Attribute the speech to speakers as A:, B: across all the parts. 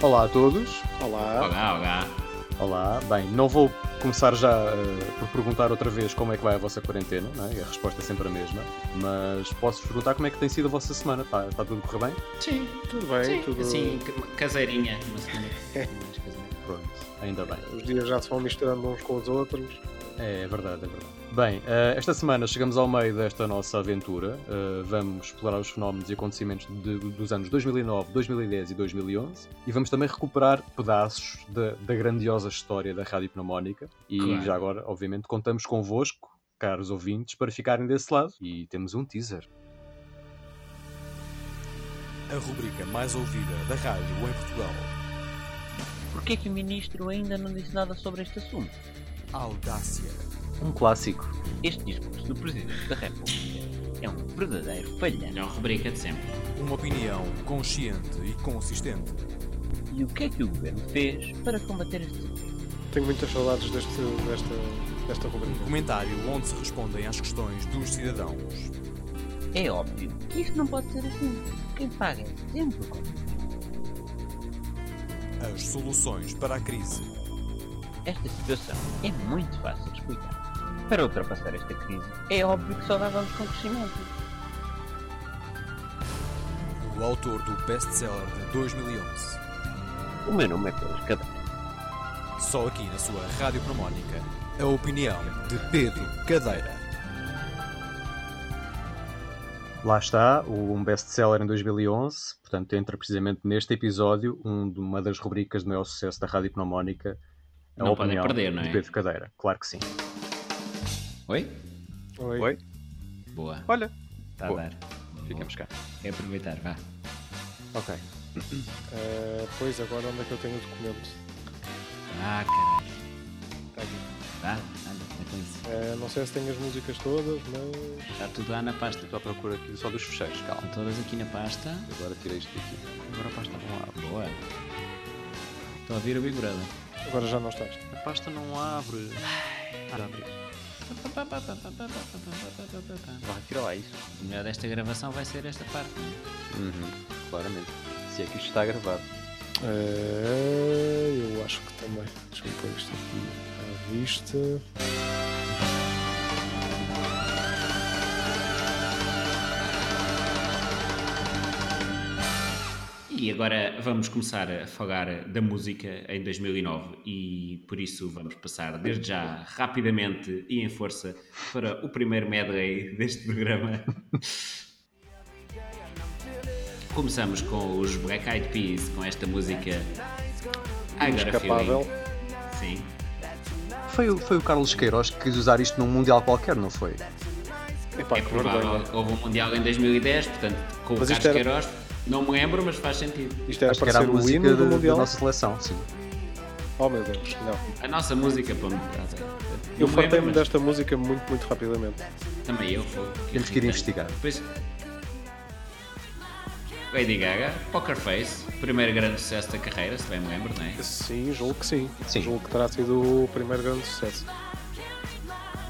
A: Olá a todos.
B: Olá.
C: Olá, olá.
A: Olá. Bem, não vou começar já eh, por perguntar outra vez como é que vai a vossa quarentena, não é? A resposta é sempre a mesma. Mas posso-vos perguntar como é que tem sido a vossa semana. Está tudo a correr bem?
C: Sim,
B: Tudo bem,
C: sim.
B: tudo.
C: Assim, ca- caseirinha. Uma semana mais caseira.
A: Pronto. Ainda bem.
B: Os dias já se vão misturando uns com os outros.
A: É, é verdade, é verdade. Bem, eh, esta semana chegamos ao meio desta nossa aventura. Eh, vamos explorar os fenómenos e acontecimentos de- dos anos 2009, 2010 e 2011 e vamos também recuperar pedaços da, da grandiosa história da Rádio Pneumónica. E
C: Claro.
A: já agora, obviamente, contamos convosco, caros ouvintes, para ficarem desse lado. E temos um teaser.
D: a rubrica mais ouvida da rádio em Portugal.
E: Por que, que o ministro ainda não disse nada sobre este assunto?
D: Audácia,
E: Um clássico. Este discurso do Presidente da República é um verdadeiro falhanço.
C: Melhor rubrica de sempre.
D: uma opinião consciente e consistente.
E: E o que é que o governo fez para combater este assunto?
B: Tenho muitas saudades deste, desta, desta
D: Um
B: rubrica.
D: comentário onde se respondem às questões dos cidadãos.
E: É óbvio que isto não pode ser assim. Quem paga é sempre o contribuinte.
D: As soluções para a crise.
E: Esta situação é muito fácil de explicar. Para ultrapassar esta crise, é óbvio que só dávamos com crescimento.
D: O autor do best-seller de 2011.
E: O meu nome é Pedro Cadar.
D: Só aqui na sua Rádio Promónica. A opinião de Pedro Cadeira.
A: Lá está, o- um best-seller em 2011, portanto entra precisamente neste episódio um de- uma das rubricas de maior sucesso da Rádio Pneumónica, a
C: Não podem
A: opinião
C: perder, não é?
A: de Pedro Cadeira. Claro que sim.
C: Oi?
B: Oi.
F: Oi?
C: Boa.
F: Olha,
C: Está a
F: boa.
C: dar.
F: ficamos cá.
C: É aproveitar, vá.
A: Ok.
B: Eh, pois agora onde é que eu tenho o documento?
C: Ah, caralho.
B: Está aqui.
C: Vá, anda, anda com isso.
B: Eh, não sei se tenho as músicas todas, mas.
C: Está tudo lá na pasta.
F: Estou à procura aqui só dos fecheiros, calma.
C: Estão todas aqui na pasta.
F: Agora tirei isto daqui. Agora a pasta não abre.
C: Boa. Estão a vir o Big Brother.
B: Agora já não estás.
F: A pasta não abre. Ah, já abriu. Vá, tira lá isso.
C: O melhor desta gravação vai ser esta parte. não é?
F: Uhum, claramente. Se é que isto está gravado.
B: Eh, eu acho que também. Deixa eu pôr isto aqui à vista.
C: é? E agora vamos começar a falar da música em 2009 e por isso vamos passar desde já rapidamente e em força para o primeiro medley deste programa. Começamos com os Black Eyed Peas com esta música I Got a
B: Inescapável.
C: É Feeling. Sim.
A: Foi, o- foi o Carlos Queiroz que quis usar isto num mundial qualquer, não foi?
B: Epá,
C: É
B: que
C: provável.
B: vergonha.
C: Houve um Mundial em 2010, portanto, com
B: Mas
C: o
B: isto
C: Carlos
B: era-
C: Queiroz, não me lembro, mas faz sentido.
B: Isto era
A: Acho que
B: para
A: era a
B: ser o
A: música
B: hino
A: da-
B: do
A: da
B: Mundial.
A: nossa seleção, sim.
B: Oh meu Deus, não.
C: A nossa música, pô.
B: Eu fartei-me desta música muito, muito rapidamente.
C: Também eu, foi.
A: Temos que ir investigar.
C: Depois. Lady Gaga, Poker Face, primeiro grande sucesso da carreira, se bem me lembro, não é?
B: Sim, julgo que sim.
A: Sim.
B: Julgo que terá sido o primeiro grande sucesso.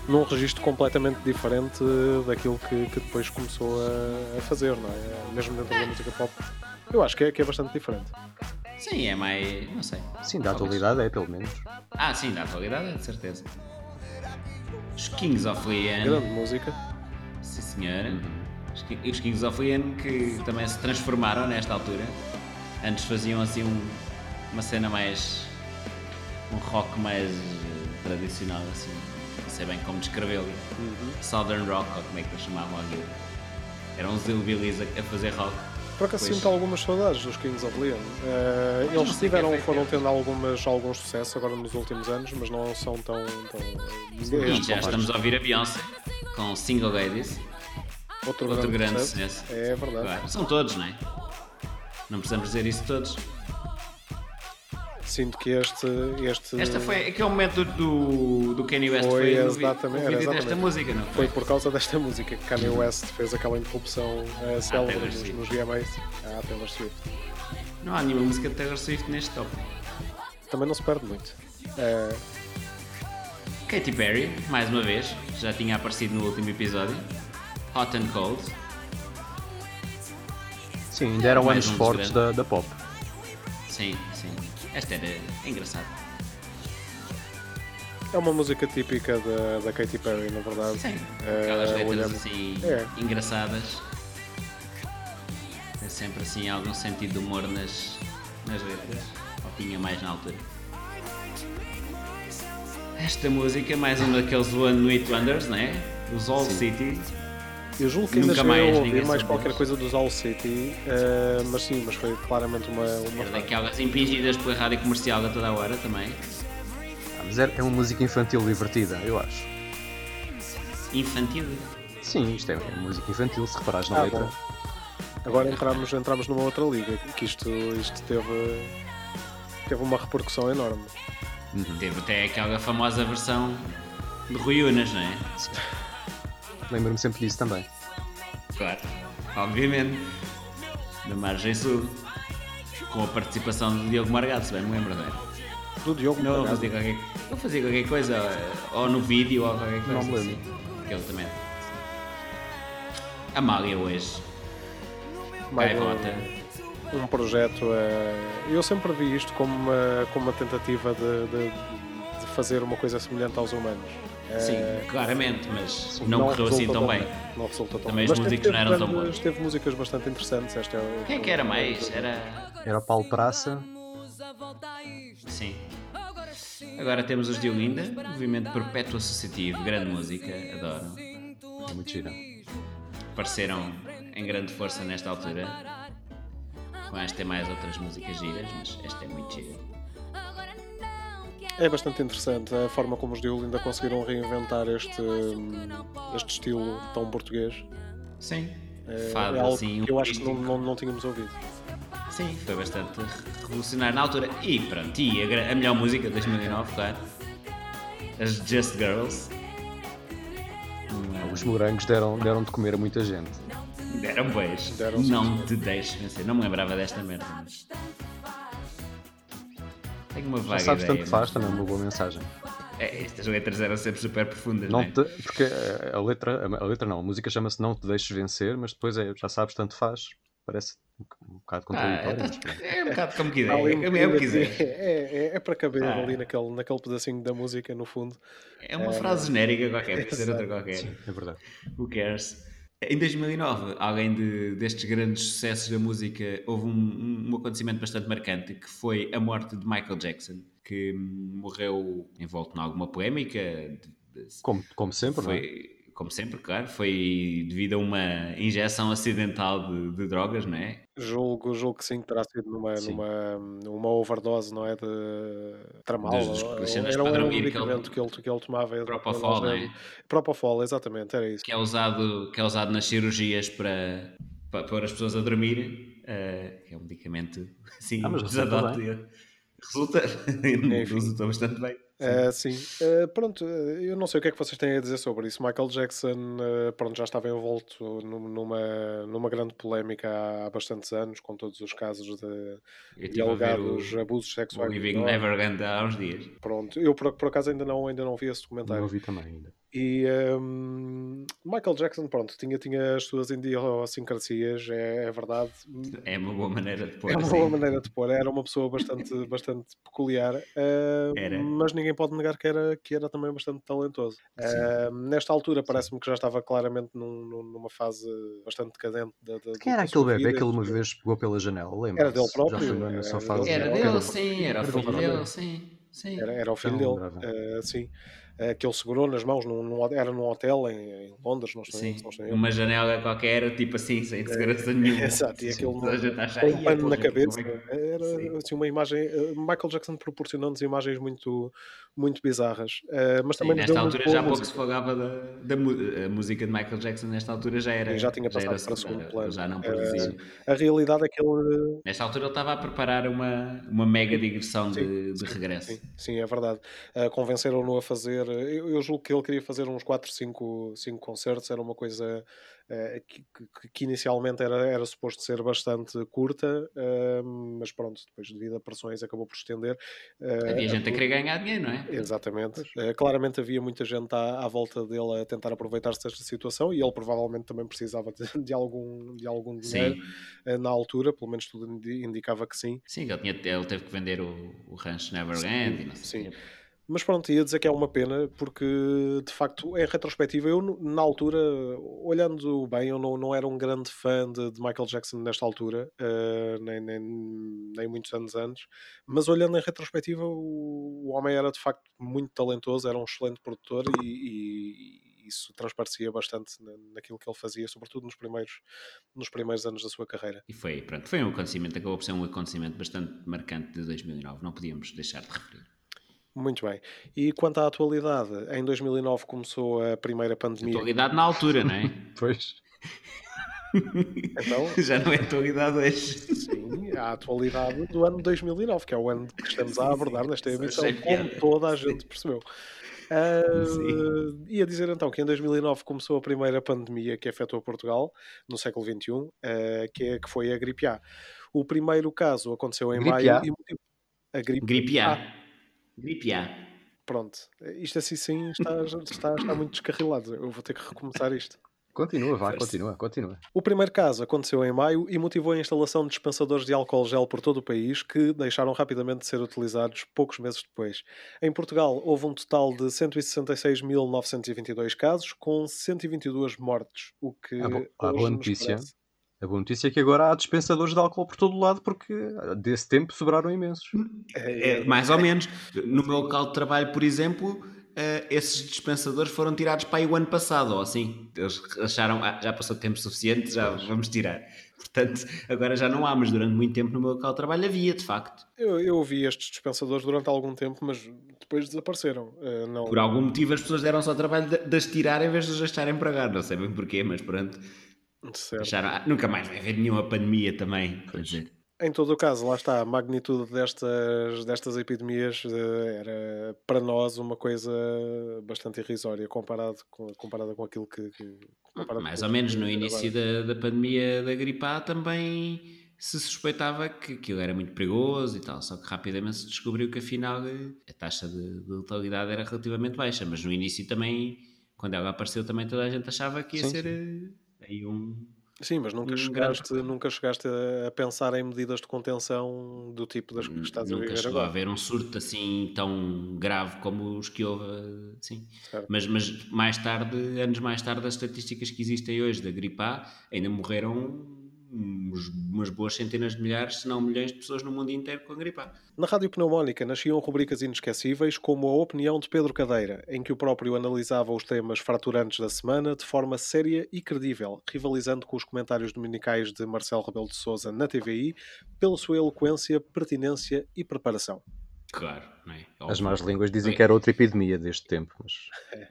B: Num registro completamente diferente eh, daquilo que, que depois começou a, a fazer, não é? Mesmo dentro da música pop. Eu acho que é, que é bastante diferente.
C: Sim, é mais. não sei.
A: Sim, da
C: Talvez.
A: atualidade é, pelo menos.
C: Ah, sim, da atualidade, é de certeza. Os Kings of Leon,
B: Grande música.
C: sim senhora. Os Ki- Os Kings of Leon que também se transformaram nesta altura. Antes faziam assim um- uma cena mais. um rock mais eh, tradicional, assim. Não sei bem como descrevê-lo. Southern Rock, ou como é que eles chamavam aquilo. Eram uns hillbillies a, a fazer rock.
B: Por acaso
C: Pois.
B: sinto algumas saudades dos Kings of Leon. Eh,
C: Mas não
B: eles
C: sei quem
B: tiveram,
C: foi
B: foram
C: que-
B: tendo algumas, alguns sucessos agora nos últimos anos, mas não são tão. tão
C: E já estamos a ouvir a Beyoncé com Single Ladies,
B: outro,
C: outro grande
B: sucesso.
C: sucesso.
B: É verdade.
C: Claro, São todos, não é? Não precisamos dizer isso todos.
B: Sinto que este. este
C: Esta foi é aquele momento do, do Kanye West.
B: Foi,
C: Foi, o vi-
B: exatamente,
C: o vídeo
B: era
C: desta
B: exatamente.
C: música, não
B: Foi
C: foi?
B: por causa desta música que Kanye West fez aquela interrupção eh, célebre
C: Taylor
B: nos,
C: Swift.
B: nos VMAs à Taylor Swift.
C: Não há nenhuma música de Taylor Swift neste top.
B: Também não se perde muito. Eh,
C: Katy Perry, mais uma vez, já tinha aparecido no último episódio. Hot and Cold.
A: Sim, ainda eram
C: Mais
A: anos
C: um
A: fortes
C: grande.
A: da, da pop.
C: Sim, sim. Esta era engraçada.
B: É uma música típica da, da Katy Perry, na verdade.
C: Sim.
B: Eh,
C: Aquelas letras
B: olhamos-
C: assim
B: É.
C: engraçadas. Tem sempre assim algum sentido de humor nas, nas letras. Ou tinha mais na altura. Esta música é mais um daqueles One Night Wonders, né? Os All City.
B: Eu julgo que ainda
C: Nunca
B: cheguei
C: mais
B: a
C: ninguém
B: ouvir mais
C: soube
B: qualquer
C: deles.
B: coisa dos All City, eh, mas sim, mas foi claramente uma. uma
C: Era daquelas impingidas pela rádio comercial a toda a hora também.
A: Ah, mas é, é uma música infantil divertida, eu acho.
C: Infantil.
A: Sim, isto é, é música infantil, se reparares na
B: Ah,
A: letra.
B: bom. Agora entramos, entramos numa outra liga, que isto, isto teve, teve uma repercussão enorme.
C: Teve até aquela famosa versão de Rui Unas, não é?
A: Lembro-me sempre disso também.
C: Claro, obviamente. Da margem sul. Com a participação do Diogo Margado, se bem me lembro, não é?
B: Do Diogo
C: Não, eu
B: Morgado.
C: fazia qualquer, eu fazia qualquer coisa, eh, ou no vídeo, ou qualquer coisa. Não me lembro. Assim, que ele também. Amália hoje.
B: Mais um-
C: Gaivota.
B: um projeto. eh, Eu sempre vi isto como uma, como uma tentativa de, de- de fazer uma coisa semelhante aos humanos. Eh,
C: Sim, claramente, mas não, correu assim
B: resulta
C: tão bem.
B: Não resulta tão
C: Também
B: bem.
C: as músicas não eram tão boas.
B: bandas- Teve músicas bastante interessantes. Esta é
C: Quem é que era mais? Era.
A: Era o Paulo Praça,
C: Sim. Agora temos os Diolinda, movimento perpétuo associativo, grande música, adoro.
A: é muito gira.
C: apareceram em grande força nesta altura. Com esta tem mais outras músicas giras, mas esta é muito gira.
B: É bastante interessante a forma como os Diol ainda conseguiram reinventar este, hum, este estilo tão português.
C: Sim.
B: Eh,
C: Fado
B: é algo
C: assim,
B: que eu acho que não,
C: humorístico.
B: não, não tínhamos ouvido.
C: Sim, foi bastante revolucionário na altura. E pronto, e a, gra- a melhor música de 2009, claro. As Just Girls. Hum.
A: Os morangos deram, deram de comer a muita gente.
C: Deram bois.
B: Deram sim,
C: Não te deixes vencer. Não me lembrava desta merda. Mas... Tenho uma vaga
A: Já sabes
C: ideia,
A: tanto faz,
C: mas-
A: também é uma boa mensagem.
C: É, estas letras eram sempre super profundas,
A: Não
C: né?
A: te, porque eh, a letra, a letra não, a música chama-se Não Te Deixes Vencer, mas depois é, já sabes, tanto faz. Parece um, boc-
C: é
A: um bocado contraditório. mas pronto.
C: Ah, é um bocado como
B: Há ali
C: quiser.
B: um
C: É, é o que
B: bocadinho
C: quiser.
B: assim, É, é, é para caber
C: Ah.
B: ali naquele, naquele pedacinho da música, no fundo.
C: É uma frase genérica qualquer, pode ser outra qualquer.
A: É verdade.
C: Who cares? Em 2009, além de- destes grandes sucessos da música, houve um, um- um acontecimento bastante marcante que foi a morte de Michael Jackson, que hum, morreu envolto em alguma polémica. de- de-
A: Como, como sempre, não é?
C: Foi, como sempre, claro, foi devido a uma injeção acidental de, de drogas, não é?
B: Julgo, julgo que sim, que terá sido numa,
A: Sim.
B: numa, uma overdose, não é? De tramal.
C: Dos- dos
B: Era,
C: policionais
B: um- era um
C: padrão e aquele-
B: medicamento que ele, que ele tomava. ele-
C: é Propofol,
B: nós-
C: não é?
B: Propofol, exatamente, era isso.
C: que é usado, que é usado nas cirurgias para, para pôr as pessoas a dormir, eh, que é um medicamento assim,
A: Ah, mas resulta
C: desadote. Resulta, resulta bastante bem.
B: Ah, sim. Ah, pronto, ah, eu não sei o que é que vocês têm a dizer sobre isso. Michael Jackson, ah, pronto, já estava envolto num- numa, numa grande polémica há, há bastantes anos, com todos os casos de,
C: Eu
B: de
C: estive a ver o,
B: alegados abusos
C: o
B: sexuais.
C: Living
B: menores.
C: Neverland há uns dias.
B: Pronto, eu por, por acaso ainda não, ainda não vi esse
A: Não
B: documentário.
A: ouvi também ainda.
B: E hum, Michael Jackson, pronto, tinha, tinha as suas idiosincrasias, é, é verdade.
C: É uma boa maneira de pôr.
B: é uma
C: assim.
B: boa maneira de pôr, era uma pessoa bastante, bastante peculiar, ah,
C: Era.
B: mas ninguém pode negar que era, que era também bastante talentoso. Ah, nesta altura, parece-me que já estava claramente num- num- numa fase bastante decadente. Da, da,
A: Quem era aquele
B: da sua
A: bebê
B: vida.
A: que ele uma vez pegou pela janela? Lembra?
B: Era dele próprio,
A: Já foi na- na sua
B: era
A: fase.
B: dele.
C: Era
B: Era
C: dele,
B: do-
C: sim, era o
A: era do
C: filho
A: Fernando.
C: dele, sim. sim.
B: Era, era o filho
A: não
B: dele,
A: lembrava.
B: ah, sim. Ah, que ele segurou nas mãos, num, num- era num hotel em, em Londres, não estou
C: Sim,
B: se
A: Hum.
B: não É. estou em
C: uma janela qualquer, tipo assim, sem segurança nenhuma.
B: Exato, e aquele
C: Toda a gente acha,
B: com
C: "Ai,
B: um pano
C: aquele
B: na
C: tipo, como
B: cabeça.
C: é que-"
B: Era
C: Sim.
B: assim, uma imagem. eh, Michael Jackson proporcionou-nos imagens muito, muito bizarras. eh, Mas
C: Sim,
B: também nos deu
C: nesta
B: muito
C: altura
B: boa
C: já há pouco
B: música.
C: se falava da, da mu- a música de Michael Jackson, nesta altura já era.
B: Sim, já tinha
C: era
B: passado para segundo plano.
C: Já não
B: Era-
C: produzia.
B: A realidade é que ele.
C: Nesta altura ele estava a preparar uma, uma mega digressão de, de regresso.
B: Sim, sim, é verdade. Eh, Convenceram-no a fazer fazer. Eu, eu julgo que ele queria fazer uns 4, 5, 5 concertos. Era uma coisa eh, que, que- que inicialmente era, era suposto ser bastante curta, eh, mas pronto, depois, devido a pressões, acabou por estender. Eh,
C: Havia gente a querer ganhar dinheiro, não é?
B: Exatamente. Eh, claramente havia muita gente à, à volta dele a tentar aproveitar-se desta situação e ele provavelmente também precisava de, de algum, de algum dinheiro
C: Sim,
B: eh, na altura, pelo menos tudo indi- indicava que sim.
C: sim ele, tinha, ele teve que vender o, o Ranch Neverland e não sei. o
B: Sim.
C: quê.
B: Mas pronto, ia dizer que é uma pena, porque de facto, em retrospectiva, eu no- na altura, olhando bem, eu não, não era um grande fã de, de Michael Jackson nesta altura, eh, nem, nem, nem muitos anos antes, mas olhando em retrospectiva, o, o homem era de facto muito talentoso, era um excelente produtor e, e isso transparecia bastante na- naquilo que ele fazia, sobretudo nos primeiros, nos primeiros anos da sua carreira.
C: E foi, pronto, foi um acontecimento, acabou por ser um acontecimento bastante marcante de 2009, não podíamos deixar de referir.
B: Muito bem. E quanto à atualidade, em 2009 começou a primeira pandemia.
C: Atualidade na altura, não é?
A: Pois.
B: Então,
C: Já não é atualidade hoje.
B: Sim, a atualidade do ano 2009, que é o ano que estamos a abordar nesta
C: Sim,
B: emissão,
C: sem
B: como
C: piada.
B: toda a gente percebeu. Ah, ia dizer então que em 2009 começou a primeira pandemia que afetou Portugal, no século XXI, ah, que, é- que foi a gripe A. O primeiro caso aconteceu em
A: Gripe
B: maio.
A: A?
B: e motivou- a gripe,
C: Gripe A. Gripe A.
B: pronto. Isto assim sim está, está, está muito descarrilado. Eu vou ter que recomeçar isto.
A: Continua, vá,
C: Força.
A: continua, continua.
B: O primeiro caso aconteceu em maio e motivou a instalação de dispensadores de álcool gel por todo o país, que deixaram rapidamente de ser utilizados poucos meses depois. Em Portugal, houve um total de 166.922 casos, com 122 mortes, o que.
A: Ah, bo- ah,
B: hoje
A: boa
B: nos
A: notícia.
B: parece-
A: A boa notícia é que agora há dispensadores de álcool por todo o lado porque eh, desse tempo sobraram imensos.
B: É,
C: É, mais ou menos. No meu local de trabalho, por exemplo, eh, esses dispensadores foram tirados para aí o ano passado, ou assim. Eles acharam, "Ah, já passou tempo suficiente, já vamos tirar. Portanto, agora já não há, mas durante muito tempo no meu local de trabalho havia, de facto.
B: eu, eu ouvi estes dispensadores durante algum tempo, mas depois desapareceram. Ah, não,
C: Por algum motivo as pessoas deram-se ao trabalho de, de as tirar em vez de as deixarem pagar. Não sei bem porquê, mas pronto.
B: certo.
C: Acharam, "Ah, nunca mais vai haver nenhuma pandemia também. Quer dizer,
B: Em todo o caso, lá está, a magnitude destas, destas epidemias eh, era para nós uma coisa bastante irrisória comparado com, comparada com aquilo que. que- comparado
C: mais
B: com
C: ou
B: o que
C: menos no
B: estamos a ver
C: início
B: agora.
C: da, da pandemia da gripe A também se suspeitava que aquilo era muito perigoso e tal, só que rapidamente se descobriu que afinal eh, a taxa de, de letalidade era relativamente baixa, mas no início também, quando ela apareceu também toda a gente achava que ia
A: Sim,
C: ser eh, aí um...
B: Sim, mas nunca
C: um
B: chegaste,
C: grande-
B: nunca chegaste a pensar em medidas de contenção do tipo das que estás a
C: Hum, Nunca
B: viver
C: chegou a
B: agora.
C: haver um surto assim tão grave como os que houve, eh, sim.
B: Certo.
C: Mas, mas mais tarde, anos mais tarde, as estatísticas que existem hoje da gripe A ainda morreram uns- umas boas centenas de milhares, se não milhões de pessoas no mundo inteiro com a gripe A.
B: Na Rádio Pneumónica nasciam rubricas inesquecíveis como a opinião de Pedro Cadeira, em que o próprio analisava os temas fraturantes da semana de forma séria e credível, rivalizando com os comentários dominicais de Marcelo Rebelo de Sousa na TVI pela sua eloquência, pertinência e preparação.
C: Claro, não é?
A: As
C: Óbvio.
A: más línguas dizem que é- era outra epidemia deste tempo, mas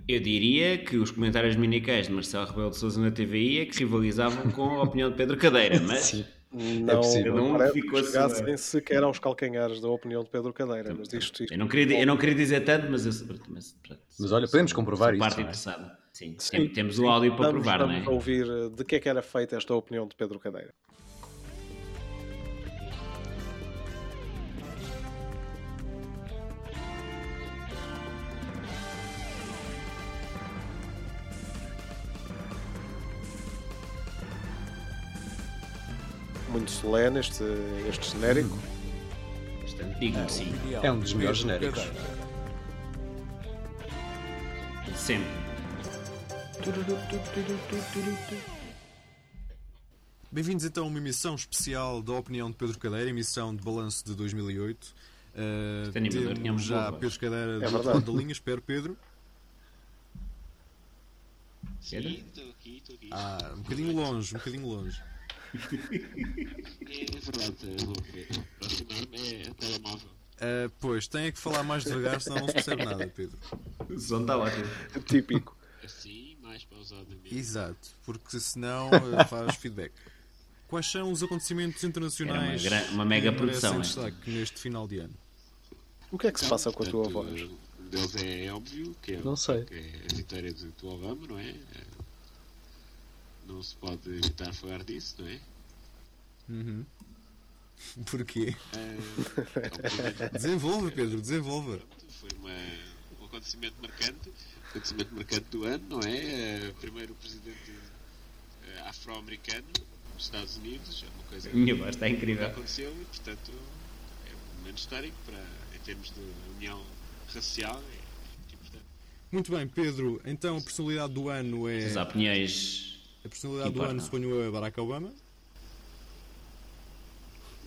C: Eu diria que os comentários minicais de Marcelo Rebelo de Sousa na TVI é que rivalizavam com a opinião de Pedro Cadeira, mas
B: Não,
A: possível.
B: não
C: Cada um
B: parece
C: ficou a
B: que chegassem
C: sua-
B: sequer aos calcanhares da opinião de Pedro Cadeira, mas isto, isto
C: eu não queria, eu não queria dizer tanto, mas eu mas, pronto,
A: Mas olha, podemos
C: sou-
A: comprovar
C: sou
A: isso,
C: parte
A: não é?
C: interessada. Sim,
B: Sim,
C: tem- temos o áudio para
B: estamos,
C: provar, não
B: estamos a
C: é?
B: ouvir eh, de que é que era feita esta opinião de Pedro Cadeira. Muito solene este, este genérico.
C: Uhum. Bastante digno, sim.
D: Opinião
A: É um dos
D: de
A: melhores
D: Pedro
A: genéricos.
D: Cadeira.
C: Sempre.
D: Bem-vindos então a uma emissão especial da Opinião de Pedro Cadeira, emissão de balanço de 2008. Uh,
C: Este animador tinha uma
D: temos já
C: boa voz.
D: Pedro
A: É
D: Cadeira do outro
B: verdade.
D: lado da linha, espero Pedro.
C: Era?
D: Ah, um bocadinho longe, um bocadinho longe. É, verdade, Pois, tem é que falar mais devagar, senão não se percebe nada, Pedro.
C: O som está ótimo.
B: Típico.
D: Exato, porque senão eh, faz feedback. Quais são os acontecimentos internacionais
C: Era uma gran- uma mega
D: que merecem
C: produção,
D: destaque neste final de ano?
B: O que é que se passa com a tua voz?
G: deles é, óbvio, que é,
A: Não sei.
G: que é a vitória do, do Obama, não é? Eh, Não se pode evitar falar disso, não é?
D: Uhum. Porquê?
G: Eh, obviamente,
D: Ah, Desenvolve, Pedro, desenvolva.
G: pronto, foi uma, um acontecimento marcante, acontecimento marcante do ano, não é? Eh, Primeiro presidente eh, afro-americano dos Estados Unidos, é uma coisa
C: A minha voz está
G: que
C: incrível.
G: aconteceu e, portanto, é um momento histórico para, em termos de união racial. É, muito importante.
D: Muito bem, Pedro, então a personalidade do ano é.
C: As opiniões.
D: A personalidade
C: Que
D: do ano,
C: importa.
D: suponho eu, é Barack Obama.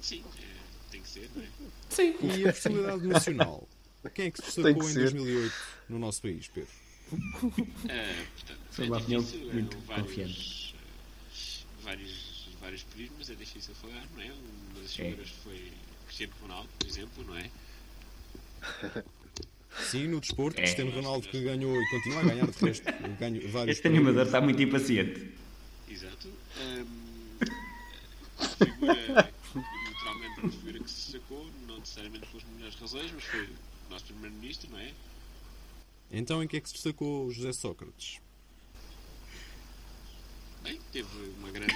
G: Sim, é, tem que ser, não é?
D: E a personalidade nacional. Quem é que se
B: Tem que
D: destacou em
B: ser.
D: 2008 no nosso país, Pedro?
G: É, portanto,
C: Foi
G: é
C: uma opinião
G: difícil, é,
C: muito
G: há vários,
C: confiante.
G: eh, Vários, vários prismas, é difícil falar, não é? Uma das
C: É.
G: figuras foi Cristiano Ronaldo, por exemplo, não é?
D: Sim, no desporto,
C: É.
D: Cristiano Ronaldo que ganhou e continua a ganhar de resto. Ganho vários
C: Este é- animador está muito impaciente.
G: Exato. Ahm, a figura, naturalmente, é uma figura que se sacou, não necessariamente pelas melhores razões, mas foi o nosso primeiro-ministro, não é?
D: Então em que é que se destacou o José Sócrates?
G: Bem, teve uma grande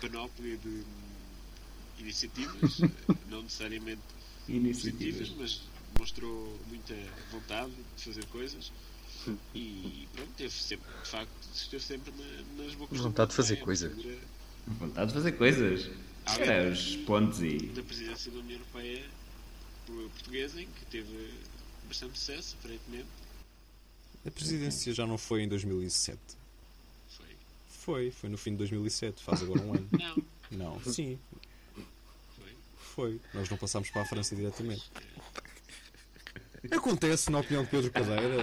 G: panóplia de hum, iniciativas, eh, não necessariamente positivas,
C: Iniciativas.
G: mas
A: é.
G: mostrou muita vontade de fazer coisas e pronto, teve sempre, de facto, esteve sempre na- nas bocas do
A: Vontade de
G: mundo,
A: fazer
G: não é?
A: coisas.
G: A figura
C: Vontade de fazer coisas. Era os pontos e.
G: da presidência da União Europeia portuguesa, em que teve bastante sucesso, aparentemente.
D: A presidência já não foi em 2007.
G: Foi.
D: Foi, foi no fim de 2007, faz agora um ano.
G: Não,
D: Não, sim,
G: foi.
D: foi. Nós não passámos para a França diretamente. Acontece, na opinião de Pedro Cadeira,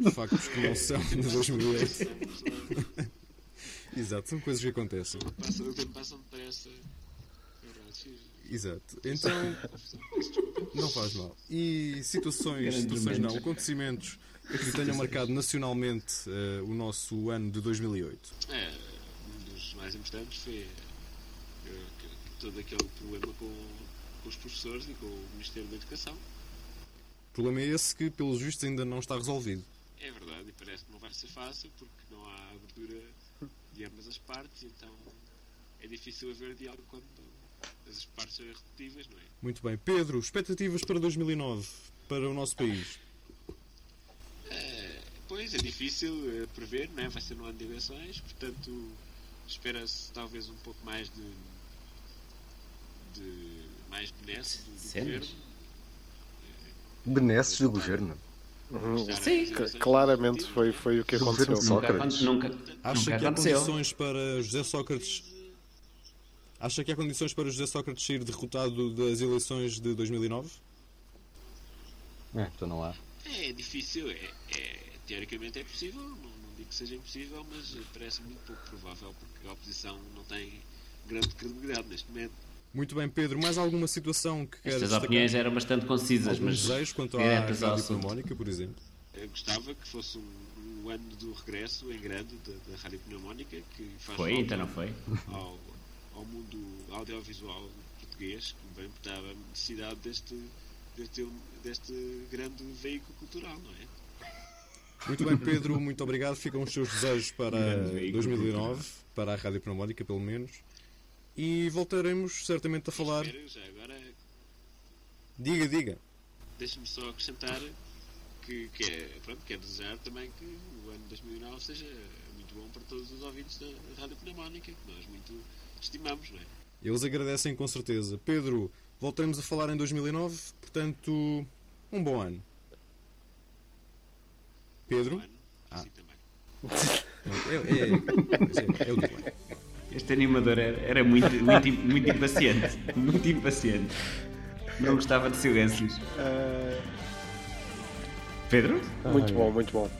D: eh, factos que não são de 2008. Exato, são coisas que acontecem.
G: Passa, o tempo passa depressa. Eu realmente fiz-
D: Exato. Então, não faz mal. E situações,
C: Grandes
D: situações não,
C: momentos.
D: acontecimentos que tenham marcado nacionalmente eh, o nosso ano de 2008.
G: É, um dos mais importantes foi eh, que- que todo aquele problema com, com os professores e com o Ministério da Educação.
D: O problema é esse que, pelos vistos, ainda não está resolvido.
G: É verdade, e parece que não vai ser fácil porque não há abertura de ambas as partes, então é difícil haver diálogo quando as partes são irredutíveis, não é?
D: Muito bem. Pedro, expectativas para 2009, para o nosso país?
G: Pois, é difícil eh, prever, não é? Vai ser no ano de eleições, portanto, espera-se talvez um pouco mais de. de mais benesse do, do
C: Cenas.
G: governo.
A: Benesses do governo.
B: Uhum.
G: Sim,
B: C- Claramente foi, foi o que
A: Do governo
B: aconteceu.
A: de Sócrates.
C: Nunca,
D: Acha
C: nunca
D: que há
C: aconteceu.
D: condições para José Sócrates. Acha que há condições para José Sócrates sair derrotado das eleições de 2009?
A: É, então não há.
G: É difícil, é, é- teoricamente é possível, não, não digo que seja impossível, mas eh, parece muito pouco provável porque a oposição não tem grande credibilidade neste momento.
D: Muito bem, Pedro. Mais alguma situação que queres
C: Estas
D: destacar?
C: opiniões eram bastante concisas,
D: Algum
C: mas.
D: desejo quanto à
C: diretas ao
D: rádio
C: assunto.
D: pneumónica, por exemplo?
G: Eu gostava que fosse um, um ano do regresso em grande da, da Rádio Pneumónica, que faz
C: Foi,
G: falta.
C: então não foi.
G: ao, ao mundo audiovisual português, que bem portava a necessidade deste, deste, deste grande veículo cultural, não é?
D: Muito bem, Pedro. Muito obrigado. Ficam os seus desejos para
C: grande veículo
D: 2009, para a rádio pneumónica, pelo menos. E voltaremos certamente a falar.
G: Espero, já agora,
D: Diga, diga.
G: deixe-me só acrescentar que, que, é, pronto, que é desejar também que o ano 2009 seja muito bom para todos os ouvintes da Rádio Pneumónica, que nós muito estimamos, não é?
D: Eles agradecem com certeza. Pedro, voltaremos a falar em 2009, portanto, um bom ano. Pedro?
G: Um ano,
C: Ah.
G: assim também.
D: É, é, é, é o do ano.
C: Este animador era, era muito, muito, im- muito impaciente. Muito impaciente. Não gostava de silêncios.
B: Eh,
C: Pedro?
B: Muito bom, muito bom.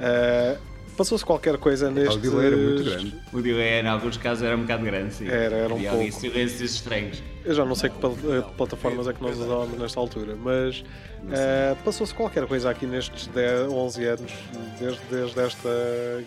B: Ah, Passou-se qualquer coisa neste.
A: O delay era é muito grande.
C: O delay em alguns casos era um bocado grande, sim.
B: Era, era um
C: Havia ali
B: pouco.
C: silêncios estranhos.
B: Eu já não sei que pal- eh, plataformas é que nós usávamos nesta altura, mas eh, passou-se qualquer coisa aqui nestes 10, 11 anos, desde, desde esta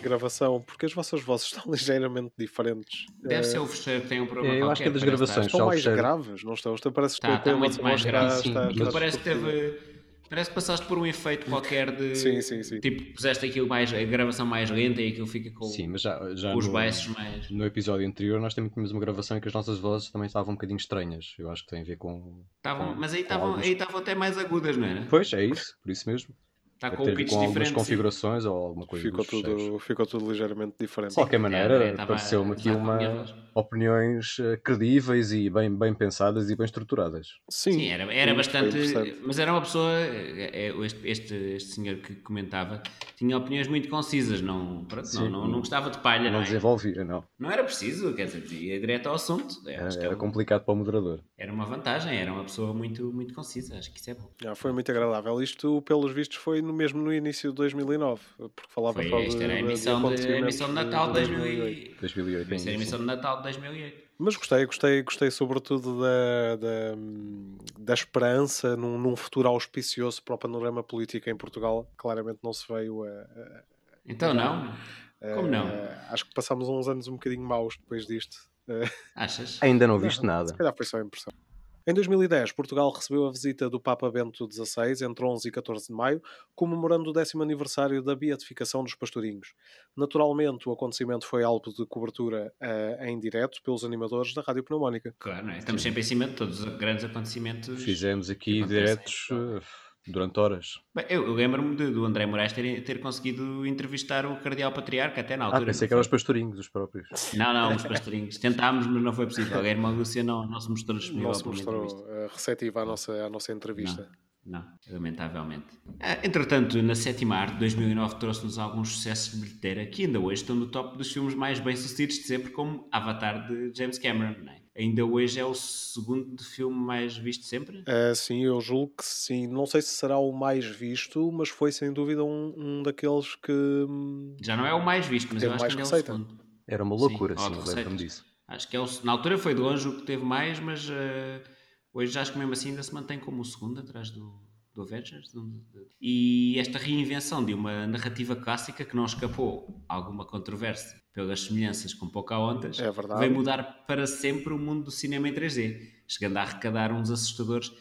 B: gravação, porque as vossas vozes estão ligeiramente diferentes.
C: Deve
B: Eh,
C: ser o fecheiro que tem um problema
A: É, eu acho que é
C: qualquer,
A: das
C: parece
A: gravações.
C: estar-
B: estão mais
A: Só o cheiro.
B: graves, não estão? Isto parece que
C: Tá,
B: a
C: tá
B: vossa
C: muito
B: voz
C: mais grave,
A: sim.
B: está-
A: Mas
C: Aquilo
B: está-
C: parece que teve Parece que passaste por um efeito qualquer de.
B: Sim, sim, sim.
C: Tipo, puseste aquilo mais. a gravação mais lenta e aquilo fica com,
A: Sim, mas já, já
C: com os
A: no-
C: baixos mais.
A: No episódio anterior nós também tínhamos uma gravação em que as nossas vozes também estavam um bocadinho estranhas. Eu acho que tem a ver com.
C: Estavam, mas aí
A: com
C: estavam
A: alguns-
C: aí estavam até mais agudas, não era?
A: Pois, é isso, por isso mesmo.
C: Está
A: Deve
C: com
A: ter a
C: o
A: ver
C: pitch
A: com algumas
C: diferente.
A: configurações ou alguma coisa
B: Ficou
A: dos fecheiros.
B: tudo, ficou tudo ligeiramente diferente.
A: De qualquer maneira,
C: é, tava-
A: pareceu-me aqui
C: tava com a
A: uma
C: minha voz.
A: opiniões eh, credíveis e bem, bem pensadas e bem estruturadas.
B: Sim,
C: Sim, era, era
B: foi
C: bastante.
B: interessante.
C: Mas era uma pessoa. é, é, Este, este, este senhor que comentava tinha opiniões muito concisas, não, pronto,
A: Sim.
C: não, não, não gostava de palha, não,
A: Não
C: é?
A: desenvolvia, não.
C: Não era preciso, quer dizer, ia direto ao assunto. Eu
A: Era,
C: acho que
A: era
C: é um-
A: complicado para o moderador.
C: era uma vantagem, era uma pessoa muito, muito concisa, acho que isso é bom.
B: Já, foi muito agradável. Isto, pelos vistos, foi no mesmo no início de 2009, porque falava
C: Foi,
B: só
C: esta
B: de,
C: era a
B: de- de
C: emissão de, a
B: acontecimentos
C: emissão de Natal de 2008.
A: 2008
C: Essa era a
A: ainda,
C: emissão de Natal de 2008.
B: Mas gostei, gostei, gostei sobretudo da, da, da esperança num, num futuro auspicioso para o panorama político em Portugal. Claramente não se veio a. a-
C: Então não? Como não?
B: a- acho que passámos uns anos um bocadinho maus depois disto.
C: Achas?
A: Ainda não viste nada.
B: Se calhar foi só a impressão. Em 2010, Portugal recebeu a visita do Papa Bento XVI entre 11 e 14 de maio, comemorando o décimo aniversário da beatificação dos pastorinhos. Naturalmente, o acontecimento foi alvo de cobertura eh, em direto pelos animadores da Rádio Pneumónica.
C: Claro, não é? Estamos sempre em cima de todos os grandes acontecimentos.
A: Fizemos aqui
C: Acontece,
A: diretos
C: então.
A: eh, durante horas.
C: Bem, eu eu lembro-me de- do André Moraes ter, ter conseguido entrevistar o Cardeal Patriarca até na
A: Ah,
C: altura.
A: pensei que
C: não
A: eram os pastorinhos, os próprios.
C: foi? Não, não, os pastorinhos. Tentámos, mas não foi possível. A Guilherme Lúcia não, não se mostrou disponível
B: Não se
C: para uma
B: mostrou
C: entrevista.
B: eh, receptiva à nossa, à nossa entrevista.
C: Não, lamentavelmente. Ah, Entretanto, na sétima arte, 2009 trouxe-nos alguns sucessos de bilheteira que ainda hoje estão no top dos filmes mais bem-sucedidos de sempre, como Avatar de James Cameron. não é? Ainda hoje é o segundo filme mais visto de sempre.
B: Eh, sim, eu julgo que sim. Não sei se será o mais visto, mas foi sem dúvida um, um daqueles que. hum,
C: Já não é o mais visto, mas
B: Teve
C: eu acho
B: mais
C: que ainda
B: receita.
C: é o segundo.
A: Era uma loucura,
C: Sim,
A: sim,
C: ótimo,
A: lembro-me
C: receitas.
A: disso.
C: Acho que é o, na altura foi de longe o que teve mais, mas eh, hoje acho que mesmo assim ainda se mantém como o segundo atrás do, do Avengers. do- do- E esta reinvenção de uma narrativa clássica que não escapou a alguma controvérsia pelas semelhanças com Pocahontas
B: É verdade.
C: veio mudar para sempre o mundo do cinema em 3D, chegando a arrecadar uns assustadores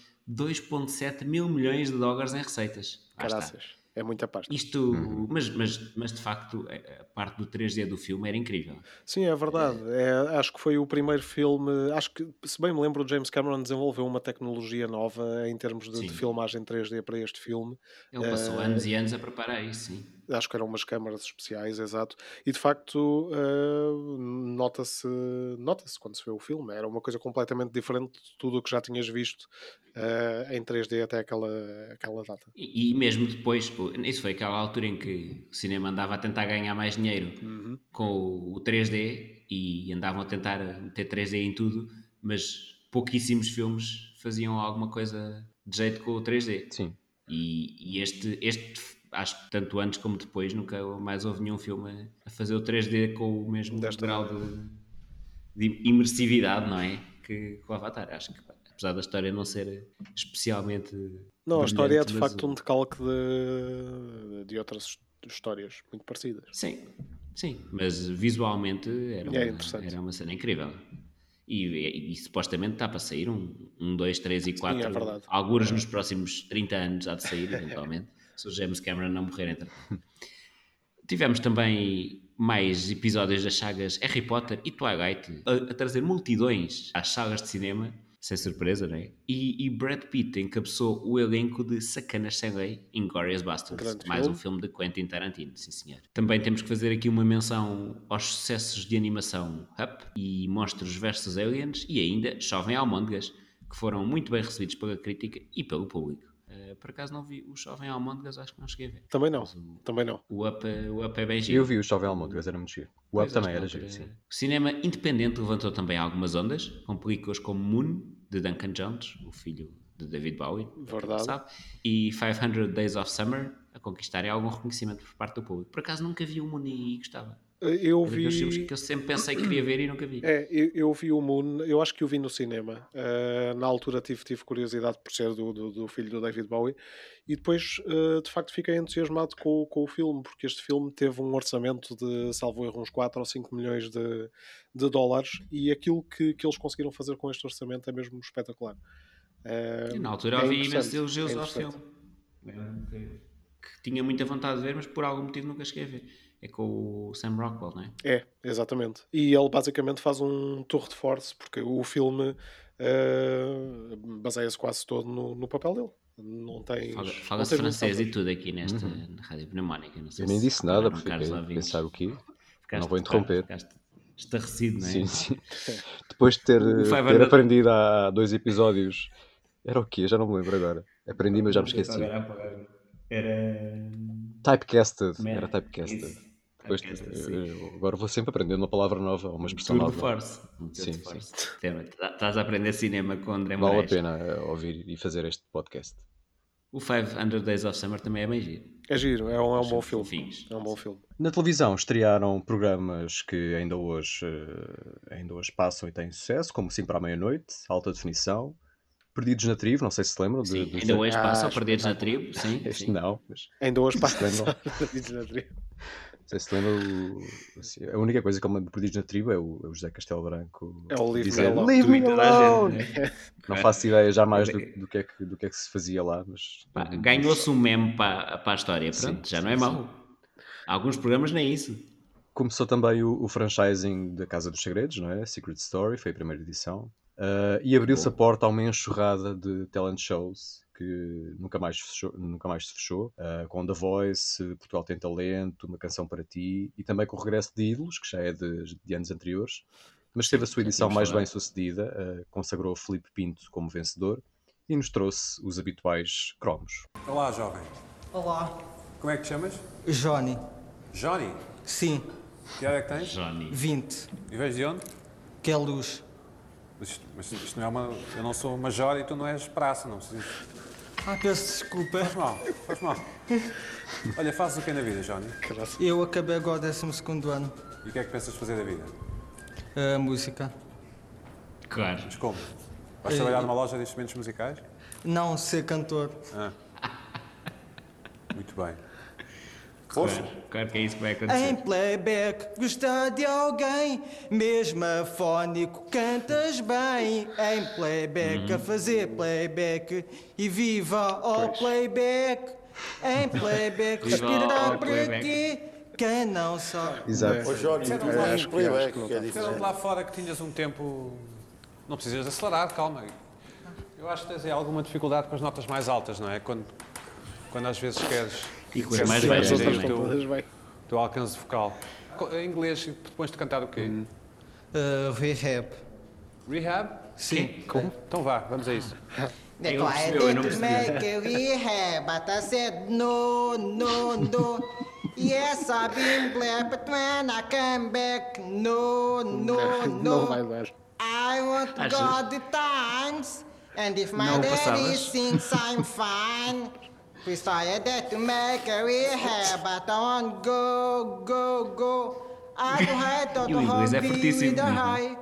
C: 2.7 mil milhões de dólares em receitas. Lá está.
B: Caraças. É muita pasta.
C: Isto, mas, mas, mas de facto a a parte do 3D do filme era incrível.
B: Sim, é verdade. É, acho que foi o primeiro filme. Acho que, se bem me lembro, o James Cameron desenvolveu uma tecnologia nova em termos de, de
C: Sim.
B: filmagem 3D para este filme.
C: Ele passou anos e anos a preparar isso, sim.
B: Acho que eram umas câmaras especiais, exato. E de facto, eh, nota-se nota quando se vê o filme. Era uma coisa completamente diferente de tudo o que já tinhas visto eh, em 3D até aquela, aquela data.
C: E, e mesmo depois, pô, isso foi aquela altura em que o cinema andava a tentar ganhar mais dinheiro com o, o 3D e andavam a tentar meter 3D em tudo, mas pouquíssimos filmes faziam alguma coisa de jeito com o 3D.
A: Sim.
C: E, e este, este, acho que tanto antes como depois, nunca mais houve nenhum filme a fazer o 3D com o mesmo
B: Desta
C: grau de, de imersividade, não é? Que, que o Avatar. Acho que, apesar da história não ser especialmente.
B: Não, a história é
C: brilhante,
B: de
C: mas
B: facto
C: o-
B: um decalque de, de outras his- histórias muito parecidas.
C: Sim, sim, mas visualmente era uma,
B: É interessante.
C: era uma cena incrível. E, e- e supostamente está para sair um 2, 3 e 4.
B: é verdade.
C: Alguns nos próximos 30 anos há de sair, eventualmente, se o James Cameron não morrer entretanto. Tivemos também mais episódios das sagas Harry Potter e Twilight a, a trazer multidões às salas de cinema, sem surpresa, não é? E, e Brad Pitt encabeçou o elenco de Sacanas Sem Lei, Inglourious Basterds,
B: Grande
C: mais
B: filme.
C: um filme de Quentin Tarantino, sim senhor. Também temos que fazer aqui uma menção aos sucessos de animação Up e Monstros vs Aliens e ainda Chovem Almôndegas, que foram muito bem recebidos pela crítica e pelo público. Eh, por acaso não vi o Chovem Almôndegas, acho que não cheguei a ver.
B: Também não, também não.
C: O Up, eh, o up é bem giro.
A: Eu vi o Chauvel Montes, era muito giro. O Up
C: Pois,
A: também
C: acho
A: era
C: que
A: giro,
C: outra-
A: sim.
C: O cinema independente levantou também algumas ondas, com películas como Moon, de Duncan Jones, o filho de David Bowie, para quem não
B: Verdade.
C: sabe, e 500 Days of Summer, a conquistarem algum reconhecimento por parte do público. Por acaso nunca vi o Moon e gostava.
B: Eu
C: Foi daqueles filmes
B: vi,
C: que eu sempre pensei que queria ver e nunca vi.
B: É, eu, eu vi o Moon, eu acho que o vi no cinema. Eh, na altura tive, tive curiosidade por ser do, do, do filho do David Bowie e depois eh, de facto fiquei entusiasmado com, o- com o filme, porque este filme teve um orçamento de, salvo erro, uns 4 ou 5 milhões de, de dólares e aquilo que, que eles conseguiram fazer com este orçamento é mesmo espetacular. Eh,
C: E na altura
B: é
C: havia
B: interessante,
C: imensos elogios
B: é
C: ao
B: interessante.
C: filme. Agora não sei. Que tinha muita vontade de ver, mas por algum motivo nunca cheguei a ver. É com o Sam Rockwell, não é?
B: É, exatamente. E ele basicamente faz um tour de force, porque o filme eh, baseia-se quase todo no, no papel dele. Não tem.
C: Fala- Fala-se
B: não tens
C: francês
B: noção.
C: e tudo aqui nesta na Rádio Pneumónica. Não sei
A: Uhum. Eu nem
C: se-
A: disse nada,
C: Não,
A: porque
C: um Carlos
A: fiquei a
C: Lavinhos.
A: pensar o quê?
C: Ficaste-
A: não vou interromper.
C: Ficaste estarrecido, não é?
A: Sim, sim. Depois de ter,
C: O Five
A: ter
C: Hundred-
A: aprendido há dois episódios. Era o quê? Já não me lembro agora. Aprendi, mas já me esqueci.
C: Agora, agora. Era.
A: Typecasted.
C: Como
A: Era typecasted.
C: Isso.
A: Depois,
C: Typecasted,
A: eu-
C: sim.
A: eu- agora vou sempre aprendendo uma palavra nova, uma expressão
C: Tour de
A: eh, nova.
C: Force. Um tour
A: Sim,
C: de
A: sim.
C: force. Tema, tá- Estás a aprender cinema com o André
A: Vale a
C: Moraes.
A: pena eh, ouvir e fazer este podcast.
C: O 500 Days of Summer também é bem giro.
B: É giro, é um, é um
C: São
B: bom filme.
C: fofinhos.
B: É um bom filme.
A: Na televisão estrearam programas que ainda hoje, eh, ainda hoje passam e têm sucesso, como Sim para a Meia-Noite, Alta Definição, Perdidos na Tribo, não sei se se lembram. de-
C: Sim,
A: de-
C: ainda hoje
B: Ah,
C: passa ao Perdidos na Tribo. Sim,
A: Este
C: sim.
A: não, mas
B: Ainda hoje passa.
A: lembram? não
B: Não
A: sei se se lembra. o- assim, a única coisa que eu me lembro de Perdidos na Tribo é o, é o José Castelo Branco
B: É o Leave Me
A: dizer,
B: Alone.
A: "Leave me
C: Toda a gente,
A: alone!"
C: né?
A: Não faço ideia jamais do, do que é que, do que é que se fazia lá, mas.
C: Pá, Ganhou-se um meme para, para a história. Pronto,
A: Sim,
C: já não é
A: sim,
C: mau. Alguns programas nem isso.
A: Começou também o, o franchising da Casa dos Segredos, não é? Secret Story, foi a primeira edição. Ah, e abriu-se a porta a uma enxurrada de talent shows que nunca mais, fechou- nunca mais se fechou, ah, com The Voice, Portugal Tem Talento, Uma Canção para Ti, e também com o regresso de Ídolos, que já é de, de anos anteriores, mas teve a sua
C: já
A: edição
C: tínhamos
A: mais
C: falado.
A: bem sucedida, ah, consagrou Filipe Pinto como vencedor e nos trouxe os habituais cromos.
H: Olá, jovem.
I: Olá,
H: Como é que te chamas?
I: Johnny.
H: Johnny.
I: Sim,
H: Que idade é que tens?
C: Johnny.
I: 20.
H: E vens de onde?
I: Que é luz.
H: Mas, isto- mas isto não é uma. Eu não sou major e tu não és praça, não precisas.
I: Ah, peço desculpa.
H: Faz mal, faz mal. Olha, fazes o que é na vida, Johnny?
I: Eu acabei agora o 12 ano. eh,
H: E o que é que pensas fazer da vida?
I: A música.
C: Claro.
H: Mas como? Vais trabalhar numa loja de instrumentos musicais?
I: Não ser cantor.
H: Muito bem. Poxa,
C: claro. Claro que é isso que vai
I: Em
C: acontecer.
I: playback, gosta de alguém. Mesmo afónico, cantas bem. Em
C: Uhum.
I: playback, a fazer playback. E viva o playback. Em playback,
C: Viva
I: respirará
C: o
I: para
C: playback.
I: ti. Quem não sabe.
A: Exato.
H: disseram-me lá,
J: Playback, que é
H: disseram-me
J: diferente.
H: então lá fora que tinhas um tempo. Não precisas de acelerar, calma. Eu acho que tens aí alguma dificuldade com as notas mais altas, não é? Quando, quando às vezes queres.
C: E com as mais
H: queres
C: baixas
H: reduzir o
C: também.
H: teu- teu alcance vocal. Co- Em inglês, depois de cantar o quê?
I: Uh, rehab.
H: Rehab?
I: Sim.
H: Então vá, vamos a isso.
I: The
C: Eu não
I: client
C: percebi, eu não
I: to
C: percebi.
I: make a rehab, but I said no, no, no. yes, I've been black, but when I come back, no, no, no.
B: vai dar.
I: I want to
C: Achas?
I: go the times, and if my
C: Não
I: daddy
C: passavas?
I: thinks I'm fine, we started that to make a rehab, but I want go, go, go. I don't have to
C: E o inglês é
I: hobby
C: fortíssimo
I: with a
C: mesmo.
I: high.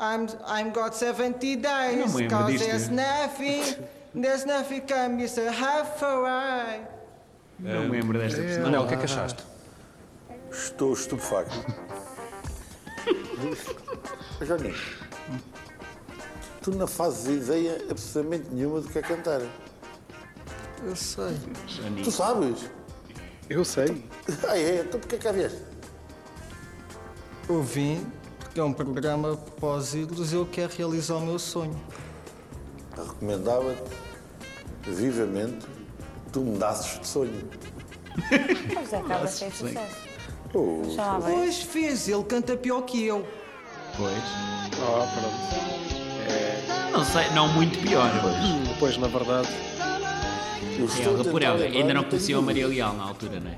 I: I'm, I'm got 70
C: Eu não
I: days,
C: me lembro
I: cause
C: disto.
I: there's
C: né?
I: nothing, there's nothing can be so half for I.
C: Não me lembro desta pessoa.
H: Manel, o que é que achaste?
J: Estou estupefacto. Johnny, tu não fazes ideia absolutamente nenhuma do que é cantar.
I: Eu sei.
J: Tu sabes?
B: Eu sei.
J: Ah, é? Então porquê cá vieste?
I: Eu vim, porque é um programa pós-ídolos, eu quero realizar o meu sonho.
J: Recomendava-te vivamente que tu mudasses de sonho.
K: Mas acaba sem sucesso. Já lá vai.
I: Pois fez, ele canta pior que eu.
C: Pois.
B: Ah, pronto.
C: Não sei, não muito pior.
B: Depois, na verdade,
J: Eu
C: É
J: estou a
C: algo por
J: tentar
C: ela.
J: lembrar
C: Ainda
J: e
C: não
J: tenho
C: conhecia a
J: dúvida.
C: Maria Leal na altura, não é?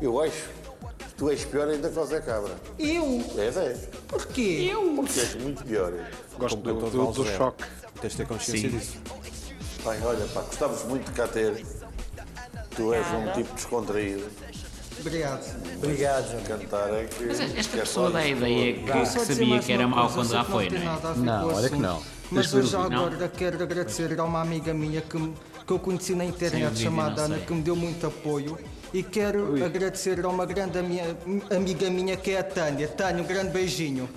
J: Eu acho que tu és pior ainda que o Zé Cabra. É,
I: Eu?
J: És, és.
I: Porquê? Eu?
J: Porque és muito pior.
B: gosto do,
H: cantor
B: do-
H: Valdo
B: do
H: Zé.
B: choque.
H: Tens de ter consciência
C: Sim.
H: disso.
J: Bem, olha, pá, gostavas muito de cá ter. Tu és um tipo descontraído.
I: Obrigado.
J: Obrigado, Johnny. Cantar é que.
C: Mas esta
J: que é
C: pessoa
J: só-
C: dá a ideia que,
I: Eu
C: que
I: só dizer
C: sabia
I: mais
C: Tá. que era
I: uma
C: mau
I: coisa,
C: quando
I: só
C: lá
I: que
C: foi,
I: não
C: não
I: tem
C: é?
I: nada a ver
A: Não,
I: com o
A: olha que
I: assunto.
A: não.
I: Mas
A: Deixa eu
I: eu já
A: ouvir.
C: Não.
I: agora quero agradecer a uma amiga minha que, me- que eu conheci na
C: Sem
I: internet,
C: dúvida,
I: chamada
C: não
I: Ana,
C: sei.
I: que me deu muito apoio. E quero agradecer a uma grande ami- amiga minha que é a Tânia. Tânia, um grande beijinho.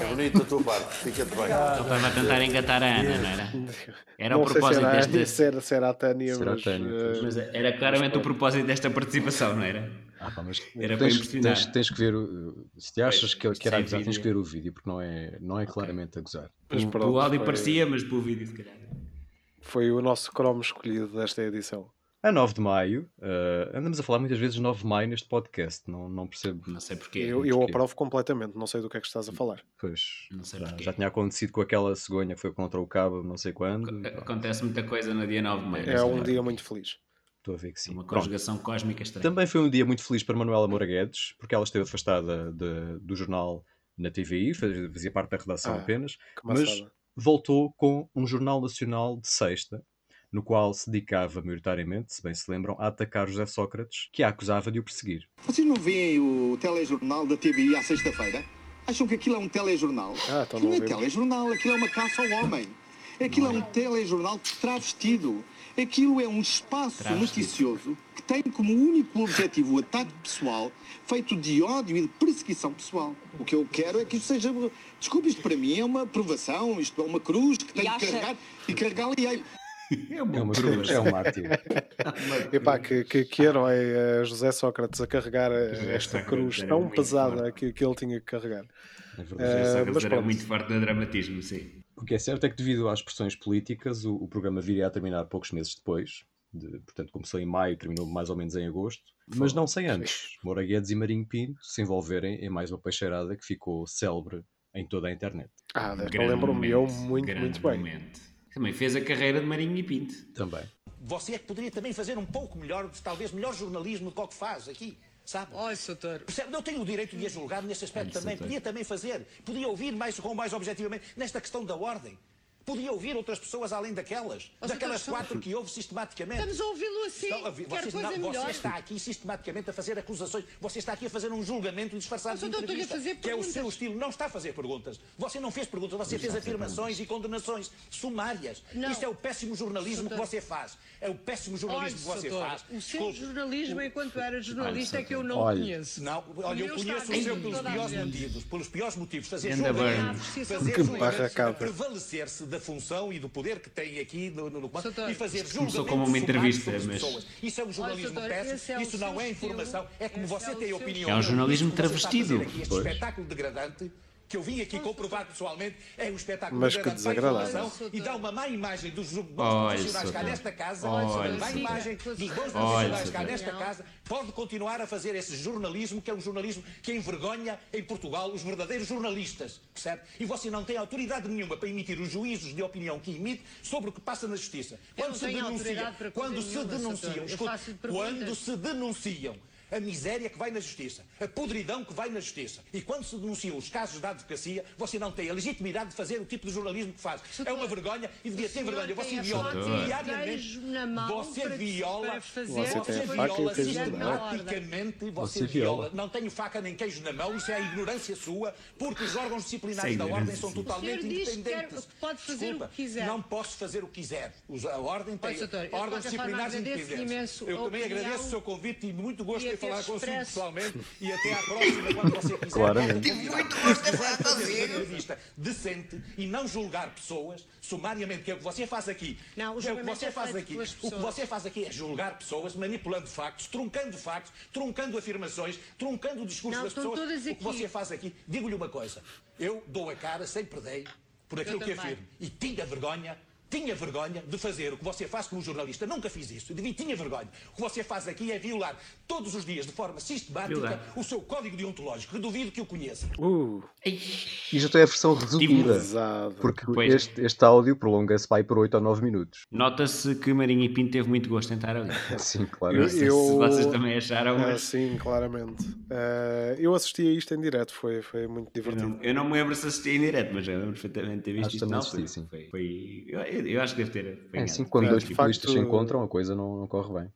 J: É bonito a tua parte, fica-te bem.
C: Ele estava a tentar engatar a Ana, não era? Era o
B: Não sei se
C: propósito
B: era a-
C: desta.
B: se era- se era a Tânia,
C: Será
B: mas,
C: Tânia,
B: eh,
C: mas era claramente o propósito desta participação, não era? Era para
A: Ah, tens,
C: impressionar.
A: tens- tens que ver, o- se te achas que, que era a
C: sem
A: gozar,
C: vídeo.
A: tens que ver o vídeo, porque não é, não é claramente a gozar.
B: Mas
C: O-
B: pronto,
C: o áudio
B: foi-
C: parecia, mas pelo vídeo, se calhar.
B: Foi o nosso cromo escolhido desta edição.
A: A 9 de maio, eh, andamos a falar muitas vezes de 9 de maio neste podcast, não, não percebo.
C: Não sei porquê.
B: Eu, eu aprovo completamente, não sei do que é que estás a falar.
A: Pois, já,
B: porquê.
A: já tinha acontecido com aquela cegonha que foi contra o cabo, não sei
B: Hum,
A: quando.
C: Acontece muita coisa no dia 9 de maio. É
A: É um
B: dia muito feliz.
A: Estou a ver que sim.
C: Uma
A: Pronto.
C: conjugação cósmica estranha.
A: Também foi um dia muito feliz para Manuela Moura Guedes, porque ela esteve afastada de- do jornal na TVI, fazia fazia parte da redação
B: Ah,
A: apenas,
B: que
A: mas
B: maçada.
A: voltou com um jornal nacional de sexta, no qual se dedicava maioritariamente, se bem se lembram, a atacar José Sócrates, que a acusava de o perseguir.
L: Vocês não veem o telejornal da TBI à sexta-feira? Acham que aquilo é um telejornal?
B: Ah, então não
L: aquilo não é
B: vimos.
L: telejornal, aquilo é uma caça ao homem. Aquilo é um telejornal travestido. Aquilo é um espaço noticioso que tem como único objetivo o ataque pessoal, feito de ódio e de perseguição pessoal. O que eu quero é que isto seja. Desculpe, isto para mim é uma provação, isto é uma cruz que tenho que
K: acha-
L: carregar e carregá-la e aí.
C: É uma,
A: cruz, é um mártir.
B: Epá,
C: Hum.
B: que, que, que herói eh, José Sócrates a carregar eh,
C: José
B: esta
C: Sócrates
B: cruz
C: era
B: tão
C: muito
B: pesada que, que ele tinha que carregar.
A: um
B: Eh,
C: José Sócrates
B: mas
C: era
B: pronto,
C: muito forte no dramatismo, sim.
A: O que é certo é que, devido às pressões políticas, o, o programa viria a terminar poucos meses depois. de- portanto, começou em maio, terminou mais ou menos em agosto, mas não sem antes. Moura Guedes e Marinho Pinto se envolverem em mais uma peixeirada que ficou célebre em toda a internet.
B: Ah, desta
A: Grande
B: lembro-me eu
A: momento,
B: muito,
A: grande
B: muito bem.
C: Também fez a carreira de Marinho e Pinto.
A: Também.
M: Você é que poderia também fazer um pouco melhor, talvez melhor jornalismo do que o que faz aqui, sabe? Olha, Soteiro. Percebe? Eu tenho o direito de a julgar nesse aspecto
C: é
M: também.
N: Sotero.
M: Podia também fazer. Podia ouvir mais com mais objetivamente nesta questão da ordem. Podia ouvir outras pessoas além daquelas.
N: Ó,
M: daquelas
N: Sotero,
M: quatro que houve sistematicamente.
N: Estamos a ouvi-lo assim.
M: Estão a ouvir-
N: Quer
M: Vocês-
N: coisa
M: não,
N: melhor.
M: Você está aqui sistematicamente a fazer acusações. Você está aqui a fazer um julgamento disfarçado de
N: Mas eu estou-lhe a
M: entrevista.
N: fazer
M: que é o seu estilo. Não está a fazer perguntas. Você não fez perguntas. Você
N: Eu
M: fez
N: já fiz
M: afirmações e condenações sumárias.
N: Não.
M: Isto é o péssimo jornalismo que
N: Sotero.
M: você faz. É o péssimo jornalismo que
N: Olhe,
M: você
N: Sotero,
M: faz.
N: O seu jornalismo, enquanto era jornalista, é que eu não
M: Olhe.
N: conheço.
M: Não, olha, eu
N: meu está
M: conheço
N: aqui
M: o seu
N: com
M: pelos
N: toda a
M: piores
N: gente.
M: motivos. Pelos piores motivos. Fazer
N: Ganda
M: julgamento,
N: burn.
M: fazer
B: Que
M: julgamento,
B: barracada.
M: prevalecer-se da função e do poder que tem aqui no, no, no comando e fazer
C: Isto começou
M: julgamento
C: como uma entrevista, mas-
M: Isso é um jornalismo
N: Olha, Sotero, esse
M: péssimo.
N: é o
M: isso
N: seu
M: não é
N: estilo,
M: informação. É como
N: esse
M: você
N: é o
M: tem
N: seu
M: opinião.
C: É um jornalalismo
M: Isso que você está a fazer
C: travestido.
M: aqui, Este
C: Pois.
M: espetáculo degradante que eu vim aqui comprovar pessoalmente é um espetáculo
B: Mas que
M: degradante para a
B: desagradável.
M: informação e dá uma má imagem dos
C: Oh,
M: bons
C: Olha,
M: profissionais cá
C: Sotero.
M: nesta casa,
C: Olha,
M: má
C: Sotero.
M: imagem dos bons
C: Olha,
M: profissionais cá
C: Sotero.
M: nesta casa, pode continuar a fazer esse jornalismo, que é um jornalismo que envergonha em Portugal os verdadeiros jornalistas, percebe? E você não tem autoridade nenhuma para emitir os juízos de opinião que emite sobre o que passa na justiça.
N: Eu
M: Quando
N: não
M: se
N: tenho
M: denuncia,
N: autoridade para coisa
M: quando se
N: nenhuma, Sotero.
M: denunciam,
N: Eu
M: escute,
N: faço-lhe perguntas.
M: quando se denunciam a miséria que vai na justiça, a podridão que vai na justiça. E quando se denunciam os casos da advocacia, você não tem a legitimidade de fazer o tipo de jornalismo que faz. É uma vergonha e devia ter vergonha. Você viola diariamente. Você viola,
N: fazer
M: você
B: é
N: Você tem a faca e o
M: viola
N: queijo na mão.
M: sistematicamente, você,
N: Você
M: viola.
N: viola.
M: Não tenho faca nem queijo na mão, isso é a ignorância sua, porque os órgãos disciplinares
N: Isso é
M: da ordem
N: ignorância
M: são
N: sua.
M: totalmente
N: O senhor diz que
M: independentes.
N: quer- pode fazer o
M: Desculpa,
N: que quiser.
M: Não posso fazer o que quiser. Os- A ordem tem
N: Olha, Sr. Doutor, eu,
M: órgãos
N: de qualquer forma,
M: disciplinares
N: agradeço-lhe
M: independentes.
N: imenso
M: Eu
N: a
M: também
N: opinião
M: agradeço o seu convite e muito gosto
N: e a ter
M: em falar consigo
N: expresso.
M: pessoalmente. E até à próxima, quando você quiser.
A: Claramente.
M: Tive muito gosto em falar consigo. entrevista decente e não julgar pessoas sumariamente, que é o que você faz aqui.
N: Não, o
M: Que é o que
N: julgamento
M: você
N: é
M: faz
N: feito
M: aqui.
N: pelas
M: O que
N: pessoas.
M: você faz aqui é julgar pessoas, manipulando factos, truncando factos, truncando afirmações, truncando o discurso
N: Não,
M: das
N: estão
M: pessoas.
N: todas
M: O que você faz aqui, digo-lhe uma coisa. Eu dou a cara, sempre dei, por
N: Eu
M: aquilo que
N: também.
M: afirmo. E tinha vergonha, tinha vergonha de fazer o que você faz como jornalista. Nunca fiz isso. Devia, tinha vergonha. O que você faz aqui é violar todos os dias, de forma sistemática,
C: Violar.
M: o seu código deontológico, que duvido que o conheça.
B: Uh.
A: Isto é a versão resumida, porque
C: Pois.
A: este, este áudio prolonga-se vai por 8 ou 9 minutos.
C: Nota-se que Marinho e Pinto teve muito gosto em estar ali.
B: É
A: Sim, claro.
C: Não sei se vocês também acharam,
B: Ah,
C: mas
B: sim, claramente. Ah, eu assisti a isto em direto, foi, foi muito divertido.
C: eu não me lembro se assisti em direto, mas eu lembro perfeitamente de ter
A: Acho
C: visto
A: que
C: isto
A: também
C: na
A: assisti,
C: altura. Foi,
A: sim.
C: foi- eu, eu acho que deve ter.
A: É
C: apanhado.
A: assim, quando dois
C: De
A: futebolistas se
C: facto,
A: encontram, a coisa não, não corre bem.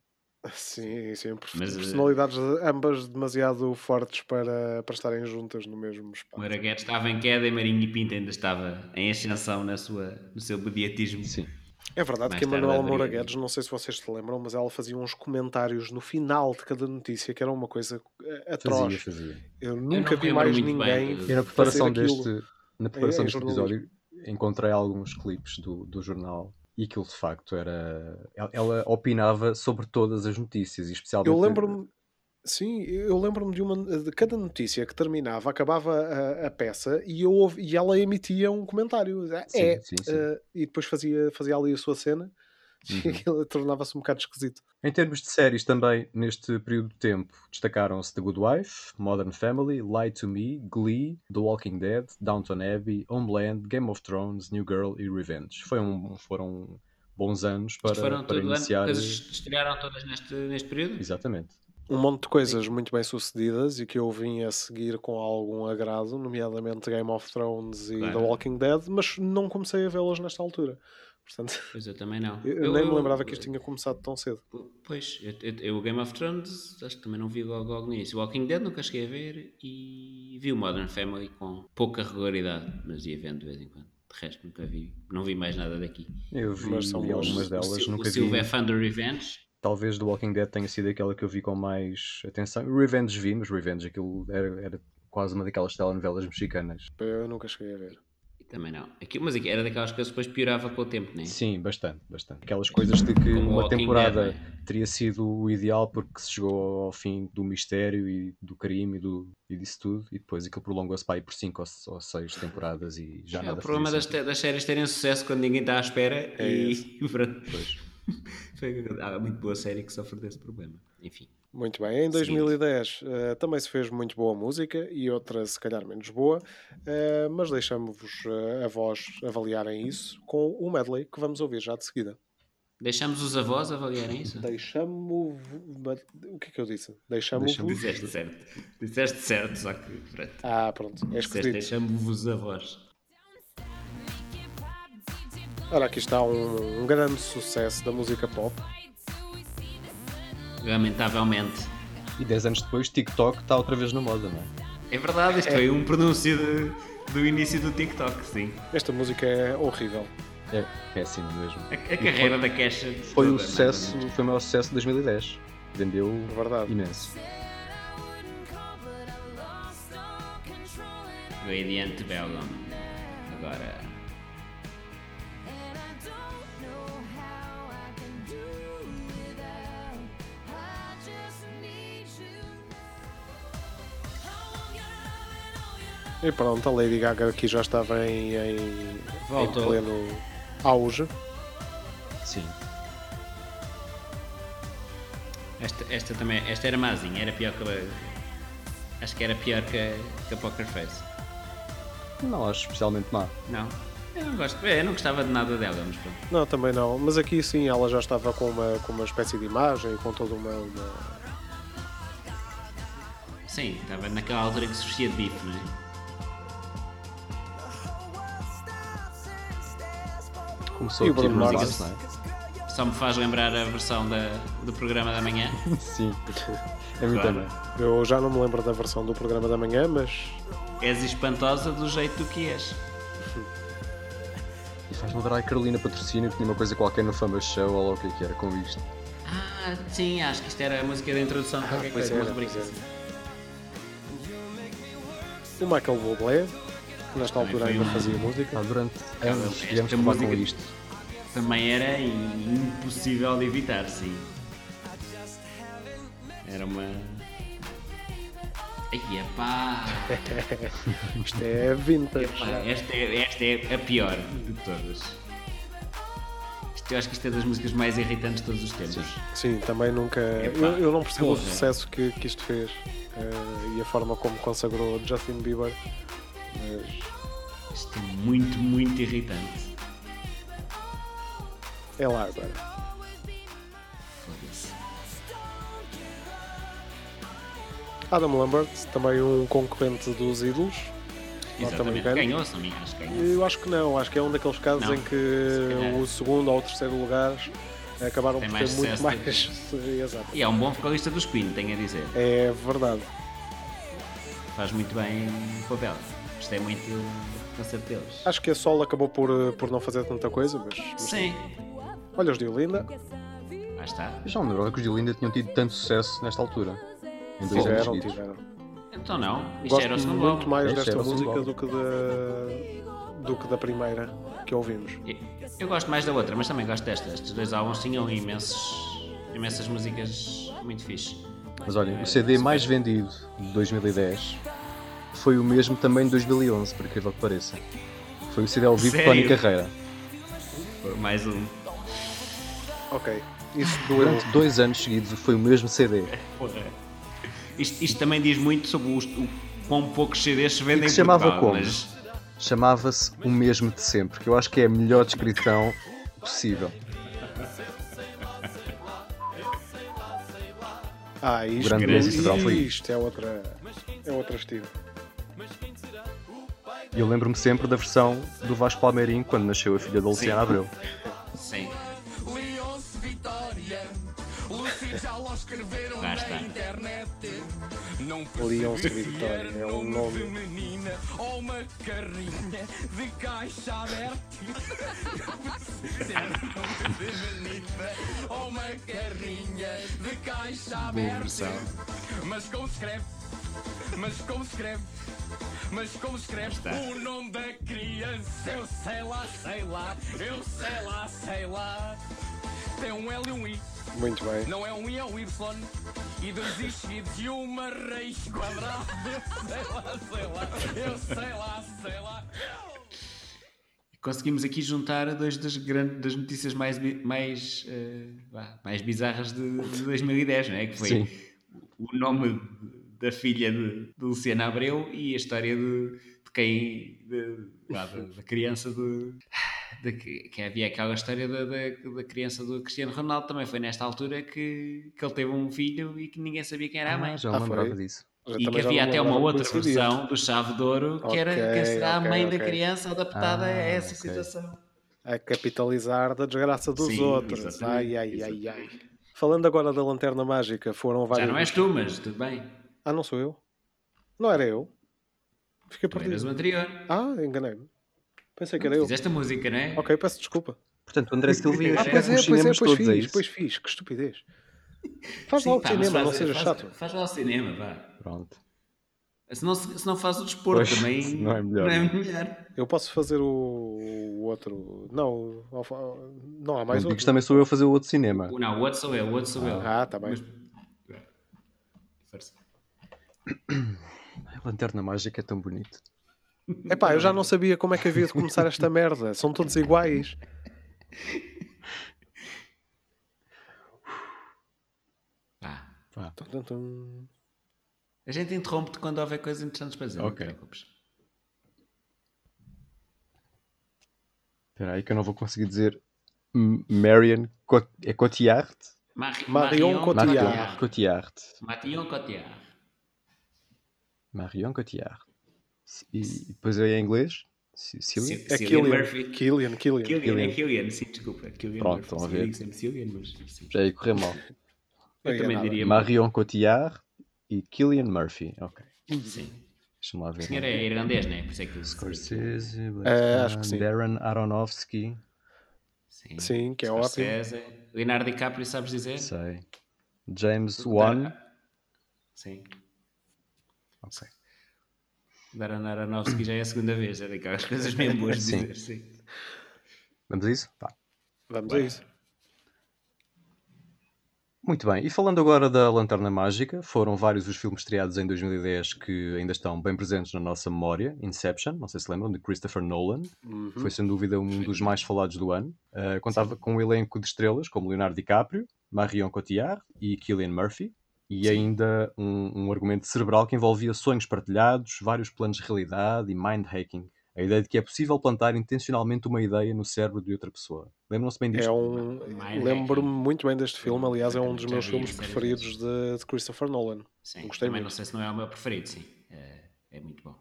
B: Sim, sim, perfe-
C: Mas, eh,
B: personalidades ambas demasiado fortes para, para estarem juntas no mesmo espaço.
C: O Maraguete estava em queda e Marinho e Pinto ainda estava em ascensão na sua, no seu mediatismo.
A: Sim.
B: É verdade que a Manuela Moura Guedes, não sei se vocês se lembram, mas ela fazia uns comentários no final de cada notícia que era uma coisa eh, atroz.
A: Fazia, fazia.
B: Eu
A: não
B: nunca vi
A: lembro
B: mais
A: muito
B: ninguém.
A: bem. Eu na preparação
B: fazer aquilo.
A: deste- Na preparação
B: É, é
A: deste
B: jornalismo.
A: episódio encontrei alguns clipes do, do jornal e aquilo de facto era. Ela, ela opinava sobre todas as notícias, e especialmente.
B: Eu lembro-me. Sim, eu lembro-me de uma de cada notícia que terminava, acabava a, a peça e, eu, ouvi- e ela emitia um comentário. Ah,
A: Sim,
B: é,
A: sim, Uhum. sim.
B: eh, e depois fazia, fazia ali a sua cena e aquilo tornava-se um bocado esquisito.
A: Em termos de séries também, neste período de tempo, destacaram-se The Good Wife, Modern Family, Lie to Me, Glee, The Walking Dead, Downton Abbey, Homeland, Game of Thrones, New Girl e Revenge. Foi um- foram bons anos para,
C: Foram
A: para
C: tudo
A: iniciar.
C: coisas que estrearam todas neste, neste período?
A: Exatamente.
B: Um monte de coisas muito bem sucedidas e que eu vim a seguir com algum agrado, nomeadamente Game of Thrones e
C: Claro.
B: The Walking Dead, mas não comecei a vê-las nesta altura. Portanto,
C: Pois eu também não.
B: eu,
C: Eu-
B: nem me
C: eu- eh,
B: lembrava que isto tinha começado tão cedo.
C: Pois, eu, eu- eu o Game of Thrones acho que também não vi logo, logo no início. O Walking Dead nunca cheguei a ver e vi o Modern Family com pouca regularidade, mas ia vendo de vez em quando. De resto nunca vi, não vi mais nada daqui.
A: Eu vi algumas delas,
C: O, Sil-
A: nunca
C: o
A: vi-
C: Silver Thunder Revenge.
A: Talvez The Walking Dead tenha sido aquela que eu vi com mais atenção. Revenge vi, mas Revenge aquilo era, era quase uma daquelas telenovelas mexicanas.
B: Eu nunca cheguei a ver.
C: Também não. Aqui, mas aqui, era daquelas coisas que depois piorava com o tempo, não é?
A: Sim, bastante, bastante. Aquelas coisas de que
C: Como
A: uma
C: Walking
A: temporada
C: Dead, é?
A: teria sido o ideal porque se chegou ao fim do mistério e do crime e, do, e disso tudo, e depois aquilo prolongou-se para aí por 5 ou 6 temporadas e já
C: É o
A: nada
C: problema
A: fazia
C: das, te- das séries terem sucesso quando ninguém está à espera
A: É
C: e pronto. Foi há muito boa série que sofre desse problema. Enfim.
B: Muito bem, em 2010 eh, também se fez muito boa música e outra se calhar menos boa, eh, mas deixamos-vos eh, a vós avaliarem isso com o medley que vamos ouvir já de seguida.
C: Deixamos os avós avaliarem isso?
B: Deixamos. O que é que eu disse? Deixamos.
C: Deixa-me- Disseste certo. Disseste certo, só que pronto.
B: Ah, pronto. É esquisito.
C: Deixamos-vos a voz.
B: Ora, aqui está um, um grande sucesso da música pop.
C: Lamentavelmente.
A: E 10 anos depois, TikTok está outra vez na moda, não é?
C: É verdade, isto
B: É.
C: foi um pronúncio de- do início do TikTok, sim.
B: Esta música é horrível.
A: É péssimo mesmo.
C: A, a carreira da Kesha.
A: Foi um
C: toda,
A: sucesso,
C: né?
A: foi o maior sucesso de 2010. Vendeu
B: É
A: imenso.
C: Radiant Bellum. Agora.
B: E pronto, a Lady Gaga aqui já estava em, em, em
C: Voltou.
B: pleno auge.
A: Sim.
C: Esta, esta também. Esta era mazinha, era pior que a. Acho que era pior que a, que a Poker Face.
A: Não acho especialmente má.
C: Não. Eu não gosto. Eu não gostava de nada dela, mas pronto.
B: Não, também não. Mas aqui sim, ela já estava com uma, com uma espécie de imagem, com toda uma. uma-
C: Sim, estava naquela altura que se vestia de bife, não é?
A: Começou
B: E
A: a
B: o
A: pedir
B: Bruno
A: um
B: Mars?
A: não é?
C: Só me faz lembrar a versão da, do programa da manhã.
A: Sim. É muito bem.
B: Eu já não me lembro da versão do programa da manhã, mas.
C: És espantosa do jeito que és.
A: E faz lembrar a Carolina Patrocínio que tinha uma coisa qualquer no Fama Show ou lá o que é que era com isto.
C: Ah, sim, acho que isto era a música da introdução de qualquer
B: Ah, pois
C: coisa, uma
B: era,
C: rubrica.
B: O Michael Bublé, que nesta
C: Também
B: altura
C: foi
B: ainda
C: um-
B: fazia música.
A: durante
C: anos viemos esta falar com música- isto. Também era impossível de evitar, sim. Era uma. Ai, epá!
B: Isto é vintage.
C: Epá, esta, é, esta é a pior de todas. Isto- eu acho que isto é das músicas mais irritantes de todos os tempos.
B: Sim, também nunca.
C: Epá,
B: eu, eu não percebo o
C: porra.
B: sucesso que, que isto fez eh, e a forma como consagrou Justin Bieber. Mas
C: Isto é muito, muito irritante.
B: é lá agora. Adam Lambert, também um concorrente dos ídolos.
C: Exatamente.
B: norte-americano.
C: Ganhou-se, não me acho que ganhou.
B: Eu acho que não, acho que é um daqueles casos
C: Não,
B: em que o segundo ou o terceiro lugar acabaram
C: Tem
B: por ter
C: mais
B: muito
C: sucesso do
B: mais. Exato.
C: E é um bom vocalista dos Queen, tenho a dizer.
B: É verdade.
C: Faz muito bem o papel. Gostei muito do concerto deles.
B: Acho que a Sol acabou por, eh, por não fazer tanta coisa, mas. mas
C: Sim.
B: Olha os de Olinda.
C: Lá está.
A: é Eu já me lembrava que os Dilinda tinham tido tanto sucesso nesta altura. Em
B: Tiveram,
A: 2000.
B: tiveram.
C: Então não, isto era o
B: Gosto
C: segundo
B: muito
C: álbum.
B: mais desta música do que, da, do que da primeira que ouvimos.
C: Eu gosto mais da outra, mas também gosto desta. Estes dois álbuns tinham imensos, imensas músicas muito fixe.
A: Mas olhem, o CD mais vendido de 2010 foi o mesmo também de 2011, por incrível que pareça. Foi o CD ao vivo de
C: Sério?
A: Tony Carreira.
C: Mais um.
B: Ok. Isso
A: Durante dois anos seguidos foi o mesmo CD.
C: Porra. Isto, isto também diz muito sobre os, o quão poucos CDs se
A: E
C: vendem
A: que
C: em
A: se chamava
C: Portugal,
A: como?
C: mas-
A: Chamava-se O Mesmo de Sempre, que eu acho que é a melhor descrição possível.
B: Ah, isto,
A: Grande Luís Cabral foi isto.
B: isto é outra, é outro estilo.
A: E eu lembro-me sempre da versão do Vasco Palmeirinho quando nasceu a filha da Luciana Abreu.
C: Sim.
O: Leonce Vitória. Lucy já lá escreveram
A: Lá
O: na
A: está.
O: internet. Não
B: Leonce
O: percebi,
B: é Vitória,
O: era
B: é um
O: nome
B: nome.
O: feminina ou uma carrinha de caixa aberta. Era nome feminina ou uma carrinha de caixa aberta. Mas como escreve? Mas como escreve? Mas como escreve
C: Está.
O: o nome da criança? Eu sei lá, sei lá, eu sei lá, sei lá. Tem um L e um I.
B: Muito bem.
O: Não é um I, é um Y. E dois I's seguidos e uma raiz quadrada. Eu sei lá, sei lá, eu sei lá, sei lá.
C: Conseguimos aqui juntar dois das, grandes, das notícias mais, bi- mais, eh, vá, mais bizarras de, de 2010, não é? Que foi
A: Sim.
C: o nome da filha de, de Luciana Abreu e a história de, de quem. de- vá, da, da criança de. de que, que havia aquela história da, da, da criança do Cristiano Ronaldo, também foi nesta altura que, que ele teve um filho e que ninguém sabia quem era a
A: Ah,
C: mãe.
A: já me Ah, lembrava foi? disso. Eu
C: E que
A: também já
C: havia
A: me
C: até uma
A: lembrava
C: outra
A: desse dia.
C: versão do Chave de Ouro que era
B: Ok,
C: quem será
B: ok,
C: a mãe
B: ok.
C: da criança adaptada a essa
B: Ah, ok.
C: situação.
B: A capitalizar da desgraça dos
C: Sim,
B: outros. Ai,
C: exatamente,
B: ai, ai, ai. Falando agora da Lanterna Mágica, foram várias.
C: Já não é? és tu, mas tudo bem.
B: Ah, não sou eu? Não era eu? Fiquei
C: Tu eras
B: perdido.
C: o anterior.
B: Ah, enganei-me. Pensei que era
C: Tu
B: eu.
C: Fizeste a música, não é?
B: Ok, peço desculpa.
A: Portanto, o André Silvia
B: Ah, pois
A: fez
B: é,
A: os
B: pois é,
A: cinemas
B: pois
A: todos, é
B: fiz,
A: isso?
B: pois fiz. Que estupidez. Faz lá
C: Sim,
B: o
C: pá, mas
B: cinema, não
C: faz-
B: seja
C: faz-
B: chato.
C: Faz lá o cinema, vá.
A: Pronto.
C: Se não, se se não faz o desporto
B: Pois,
C: também.
B: se não é melhor.
C: Não é melhor.
B: Eu posso fazer o, o outro. Não, o Alfa- não há mais um
A: Não digas
B: outro.
A: também sou eu a fazer o outro cinema.
C: Não, o outro sou eu, o outro sou eu.
B: Ah, tá bem.
A: A Lanterna Mágica é tão bonito.
B: Epá, eu já não sabia como é que havia de começar esta merda. São todos iguais. Tum, tum, tum.
C: A gente interrompe-te quando houver coisas interessantes para dizer. não te
A: Ok.
C: preocupes.
A: Espera aí que eu não vou conseguir dizer M- Marion Cot é Cotillard?
C: Mar-
B: Marion Cotillard.
A: Marion Cotillard.
C: Matillon Cotillard.
A: Marion Cotillard. E e depois é em inglês? Ci- Cillian?
B: é
C: Cillian Murphy.
B: Killian, Killian.
C: Killian, é
A: Killian.
C: Killian, sim, desculpa. Killian
A: Pronto,
C: Murphy.
A: estão a
C: Sim,
A: ver.
C: eu digo sempre Cillian, mas sim.
A: Já ia correr mal.
C: Eu também diria.
A: Marion Cotillard e Killian Murphy. Ok.
C: Sim.
A: Deixa-me lá ver.
C: O senhor é irlandês, não é? Por isso é que eu
A: Scorsese, Black
B: Eh, acho que sim.
A: Darren Aronofsky.
C: Sim,
B: Sim, que é ótimo.
C: Scorsese. Leonardo DiCaprio, sabes dizer?
A: Sei. James Wan.
B: Ah.
C: Sim.
A: Ok.
C: Darren Aronofsky já é a segunda vez, é daquelas coisas mesmo boas de
A: Sim.
C: dizer. Sim.
A: Vamos a isso? Tá.
B: Vamos
C: Bem.
B: a isso.
A: Muito bem, e falando agora da Lanterna Mágica, foram vários os filmes estreados em 2010 que ainda estão bem presentes na nossa memória. Inception, não sei se lembram, de Christopher Nolan,
B: Uhum.
A: foi sem dúvida um dos mais falados do ano. Uh, contava com um elenco de estrelas como Leonardo DiCaprio, Marion Cotillard e Cillian Murphy, e ainda um, um argumento cerebral que envolvia sonhos partilhados, vários planos de realidade e mind hacking. A ideia de que é possível plantar intencionalmente uma ideia no cérebro de outra pessoa. Lembram-se bem disto?
B: É um. Lembro-me muito bem deste filme. Aliás, é um dos
C: Já
B: meus
C: vi
B: filmes
C: várias
B: preferidos de, de Christopher Nolan.
C: Sim.
B: Gostei
C: também não
B: muito.
C: sei se não é o meu preferido, sim. É, é muito bom.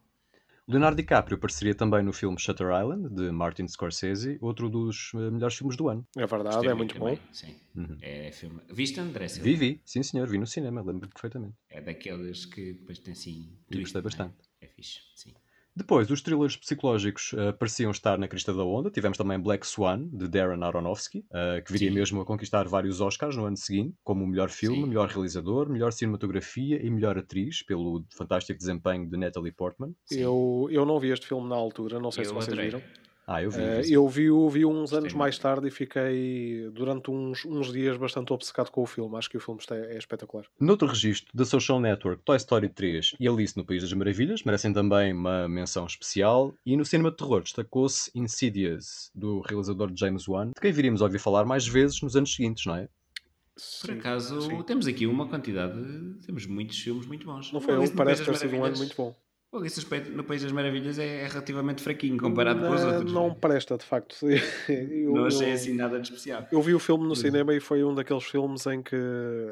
A: Leonardo DiCaprio apareceria também no filme Shutter Island, de Martin Scorsese, outro dos eh, melhores filmes do ano.
B: É verdade,
C: Gostei
B: é muito bom.
C: também, Sim. É filme. Viste André Silva?
A: Uhum. Vi, vi, sim senhor, vi no cinema, lembro-me perfeitamente.
C: É daqueles que depois tem assim.
A: E gostei bastante.
C: É fixe, sim.
A: Depois, os thrillers psicológicos eh, pareciam estar na crista da onda. Tivemos também Black Swan, de Darren Aronofsky, eh, que viria mesmo a conquistar vários Oscars no ano seguinte, como o melhor filme, melhor realizador, melhor cinematografia e melhor atriz, pelo fantástico desempenho de Natalie Portman.
B: Eu, eu não vi este filme na altura, não sei se vocês viram.
A: Ah, eu vi.
B: Eh,
A: vi.
B: eu vi, o- vi uns anos mais tarde e fiquei durante uns, uns dias bastante obcecado com o filme. Acho que o filme está, é espetacular.
A: Noutro registro, The Social Network, Toy Story 3 e Alice no País das Maravilhas merecem também uma menção especial. E no cinema de terror destacou-se Insidious, do realizador James Wan, de quem viríamos ouvir falar mais vezes nos anos seguintes, não é?
C: Por acaso, temos aqui uma quantidade. Temos muitos filmes muito bons.
B: Não foi
C: O
B: um,
C: Alice no
B: parece
C: País das
B: ter sido um ano
C: Maravilhas-
B: muito bom.
C: O Alice no País- no País das Maravilhas é, é relativamente fraquinho comparado com os
B: Não-
C: outros.
B: Não presta, de facto. Eu-
C: não
B: eu-
C: achei assim Uhum. nada de especial.
B: Eu vi o filme no
C: Mas-
B: cinema e foi um daqueles filmes em que,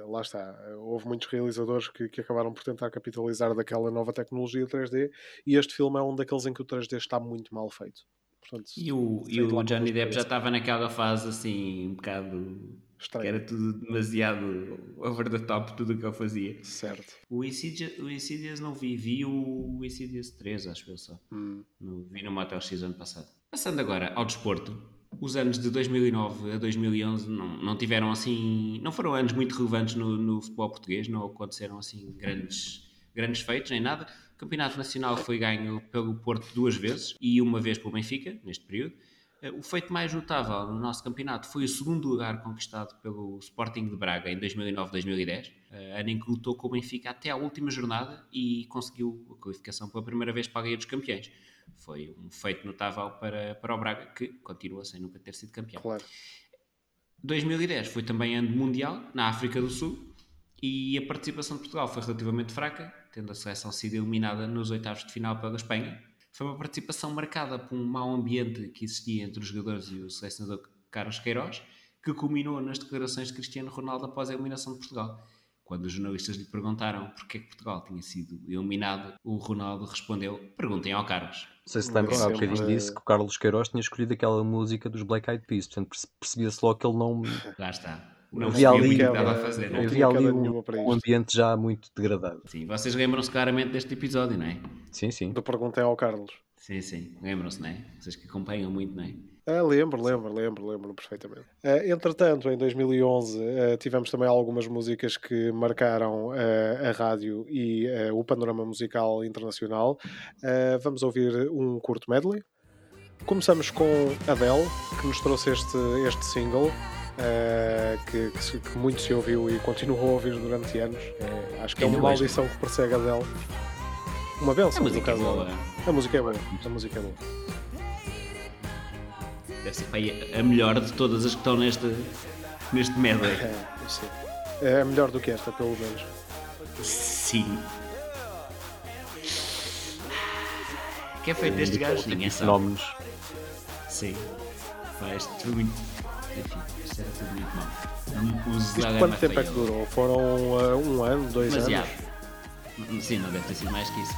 B: lá está, houve muitos realizadores que, que acabaram por tentar capitalizar daquela nova tecnologia 3D e este filme é um daqueles em que o 3D está muito mal feito. Portanto,
C: E o, e
B: sei lá
C: o
B: como
C: Johnny
B: eles
C: Depp já
B: fazem.
C: estava naquela fase assim, um bocado. Que era tudo demasiado over the top, tudo o que ele fazia.
B: Certo.
C: O Insidious, o Insidious não vi, vi o Insidious 3, acho eu só. No, vi no Motel X ano passado. Passando agora ao desporto, os anos de 2009 a 2011 não, não tiveram assim. Não foram anos muito relevantes no, no futebol português, não aconteceram assim grandes, grandes feitos nem nada. O Campeonato Nacional foi ganho pelo Porto duas vezes e uma vez pelo Benfica, neste período. Eh, O feito mais notável no nosso campeonato foi o segundo lugar conquistado pelo Sporting de Braga em 2009-2010, eh, ano em que lutou com o Benfica até à última jornada e conseguiu a qualificação pela primeira vez para a Liga dos Campeões. Foi um feito notável para, para o Braga, que continua sem nunca ter sido campeão. 2010 foi também ano mundial na África do Sul e a participação de Portugal foi relativamente fraca, tendo a seleção sido eliminada nos oitavos de final pela Espanha. Foi uma participação marcada por um mau ambiente que existia entre os jogadores e o selecionador Carlos Queiroz, que culminou nas declarações de Cristiano Ronaldo após a eliminação de Portugal. Quando os jornalistas lhe perguntaram porque é que Portugal tinha sido eliminado, o Ronaldo respondeu: Perguntem ao Carlos.
A: Não sei se lembram, há bocadinho disse que o Carlos Queiroz tinha escolhido aquela música dos Black Eyed Peas, portanto perce- percebia-se logo que ele não.
C: Lá está.
A: Não
C: Não percebia
A: havia
C: o
A: ali, um-
C: que estava a fazer, não é?
A: havia ali
C: Não tinha cara
A: um,
C: nenhuma para
A: um
C: isto.
A: ambiente já muito degradado.
C: Sim, vocês lembram-se claramente deste episódio, não é?
A: Sim, sim.
B: Do Perguntei é ao Carlos.
C: Sim, sim. Lembram-se, não é? Vocês que acompanham muito, não é?
B: Ah, lembro, lembro, lembro, lembro perfeitamente. Ah, entretanto, em 2011, ah, tivemos também algumas músicas que marcaram ah, a rádio e ah, o panorama musical internacional. Ah, vamos ouvir um curto medley. Começamos com Adele, que nos trouxe este, este single. ah, que, que se- que muito se ouviu e continuou a ouvir durante anos. Ah, acho que é
C: Ainda
B: uma
C: hoje.
B: maldição que persegue a Adele. Uma benção,
C: A
B: no
C: música é
B: caso
C: boa.
B: dela. A música é boa. A música é boa.
C: Deve ser pá, aí a melhor de todas as que estão neste, neste medley.
B: É, sim. É melhor do que esta, pelo menos.
C: Sim. Que é feito destes gajos? Ninguém sabe.
A: Fenómenos.
C: Sim. Pá, isto foi muito. Enfim, isto era tudo muito mal. O Zé
B: Isto
C: Gaga
B: quanto tempo é que
C: falhou.
B: durou? Foram ah, um ano, dois
C: Mas já.
B: anos?
C: Sim, não deve ter sido mais que isso.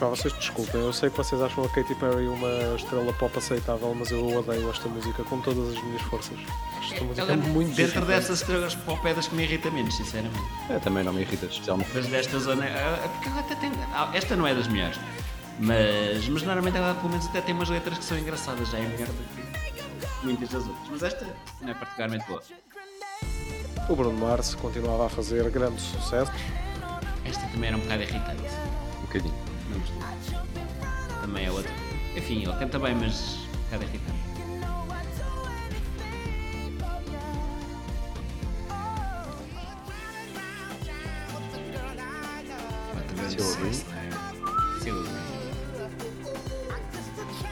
B: Pá, vocês desculpem, eu sei que vocês acham a Katy Perry uma estrela pop aceitável, mas eu odeio esta música com todas as minhas forças. Esta música é muito
C: Dentro
B: irritante.
C: dessas estrelas pop é das que me irrita menos, sinceramente.
A: É, também não me irrita especialmente.
C: Mas desta zona. ah, ah, Porque ela até tem. ah, Esta não é das melhores. Mas, mas normalmente ela pelo menos até tem umas letras que são engraçadas, já é melhor do que muitas das outras. Mas esta não é particularmente boa.
B: O Bruno Mars continuava a fazer grande sucesso.
C: Esta também era um bocado irritante. Um
A: bocadinho.
C: Não gostei. Também é outra. Enfim, ele canta bem, mas um bocado irritante.
A: Se eu ouvir.
C: Sim.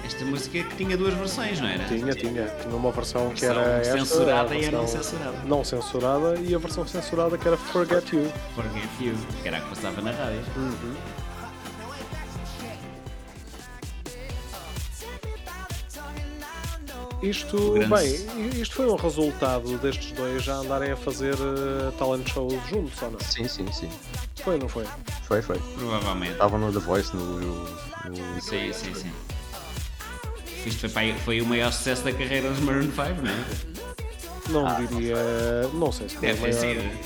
C: Esta música é que tinha duas versões, não era?
B: Tinha, tinha. Tinha uma versão que
C: Versão
B: era esta.
C: censurada
B: a
C: e um a não
B: versão
C: censurada.
B: Não censurada e a versão censurada que era Forget You.
C: Forget You, que era a que passava na rádio.
B: Isto,
C: Grande-
B: bem, isto foi um resultado destes dois já andarem a fazer eh, talent show juntos, ou não?
A: Sim, sim, sim.
B: Foi, não foi?
A: Foi, foi.
C: Provavelmente.
A: Estavam no The Voice, no. no-
C: Sim, sim, sim. Isto foi, pá, foi o maior sucesso da carreira dos Maroon 5, não é?
B: Não diria. Não sei se foi ah,
C: Deve
B: o
C: ter
B: maior,
C: sido.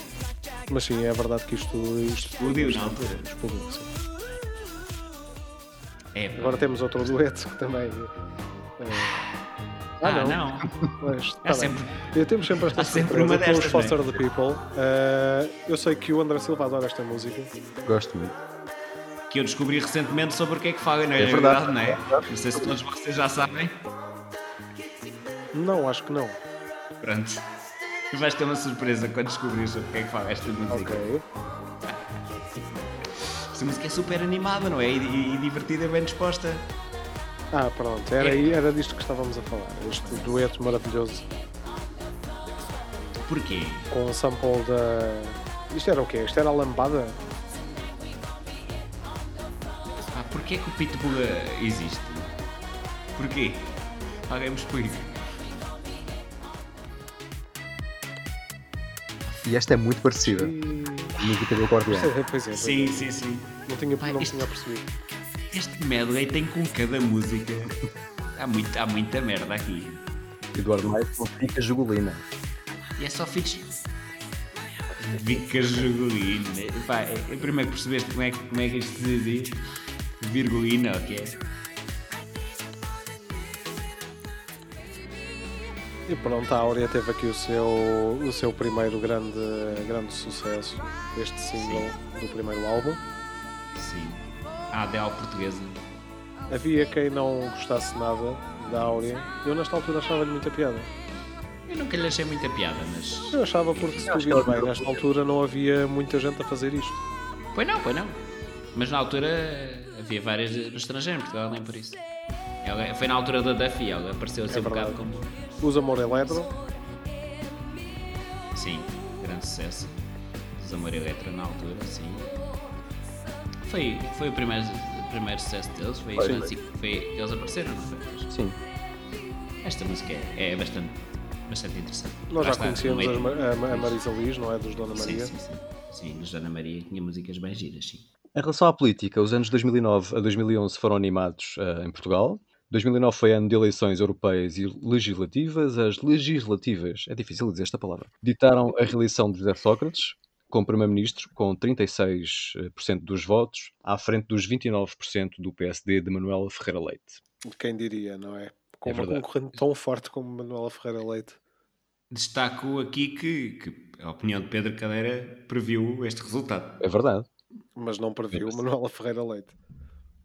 B: Mas sim, é verdade que é isto. isto
C: Explodiu na altura.
B: Explodiu, sim.
C: É,
B: Agora temos outro dueto que também. eh,
C: Ah, não.
B: Mas,
C: Há
B: tá
C: sempre-
B: bem. Eu temos sempre esta
C: há sempre
B: surpresa
C: uma
B: com os
C: destas,
B: Foster
C: não é?
B: the People. Eh, eu sei que o André Silva adora esta música.
A: Gosto muito.
C: Que eu descobri recentemente sobre o que é que fala, não é?
B: É verdade.
C: não é? Não sei se todos vocês já sabem.
B: Não, acho que não.
C: Pronto. Tu vais ter uma surpresa quando descobrires sobre o que é que fala esta música.
B: Ok.
C: Esta música é super animada, não é? E, e- e divertida e bem disposta.
B: Ah, pronto,
C: É.
B: era, aí- era disto que estávamos a falar. Este dueto maravilhoso.
C: Porquê?
B: Com o sample da. Isto era o quê? Isto era a lambada?
C: Ah, porquê que o Pitbull eh, existe? Porquê? Alguém me explica.
A: E esta é muito parecida. Música do acordeão.
B: pois é.
C: Sim, sim, sim.
B: Não tinha,
C: Pai,
B: não
C: isto-
B: tinha percebido.
C: Este medley tem com cada música. Há, muito, há muita merda aqui.
A: Eduardo Maia com fica jugulina.
C: E é só fixe. Dicas virgulina. Pá, eu primeiro percebeste como é, que- como é que isto se diz? eh, Virgulina, o que é?
B: E pronto, a Áurea teve aqui o seu, o seu primeiro grande, grande sucesso, este single do primeiro álbum.
C: Sim. A Adele portuguesa.
B: Havia quem não gostasse nada da Áurea. Eu, nesta altura, achava-lhe muita piada.
C: Eu nunca lhe achei muita piada, mas.
B: Eu achava porque, se tu vires bem, nesta altura não havia muita gente a fazer isto.
C: Pois não, pois não. Mas na altura eh, havia várias no estrangeiro, em Portugal, nem por isso. Ela- foi na altura da Duffy, ela apareceu assim um bocado como.
B: Os Amor é Eletro,
C: Sim, grande sucesso. Desamor Eletra na altura, sim. Foi, foi o primeiro, o primeiro sucesso deles, foi,
F: Foi,
C: assim que foi que eles apareceram, não foi?
A: Sim.
C: Esta música é, é bastante, bastante interessante.
B: nós
C: Lá
B: já
C: está, no
B: conhecemos
C: meio-
B: as Ma- a, a Marisa Liz, não é? Dos Dona
C: Sim,
B: Maria.
C: sim, sim. Sim, nos Ana Maria tinha músicas bem giras, sim.
A: Em relação à política, os anos 2009 a 2011 foram animados eh, em Portugal. 2009 foi ano de eleições europeias e legislativas. As legislativas, é difícil dizer esta palavra, ditaram a reeleição de José Sócrates como primeiro-ministro, com 36% dos votos, à frente dos 29% do PSD de Manuel Ferreira Leite.
B: Quem diria, não é? Com
A: É
B: uma
A: verdade.
B: concorrente tão forte como Manuela Ferreira Leite.
C: Destaco aqui que, que a opinião de Pedro Cadeira previu este resultado.
A: É verdade.
B: Mas não previu Manuela Ferreira Leite.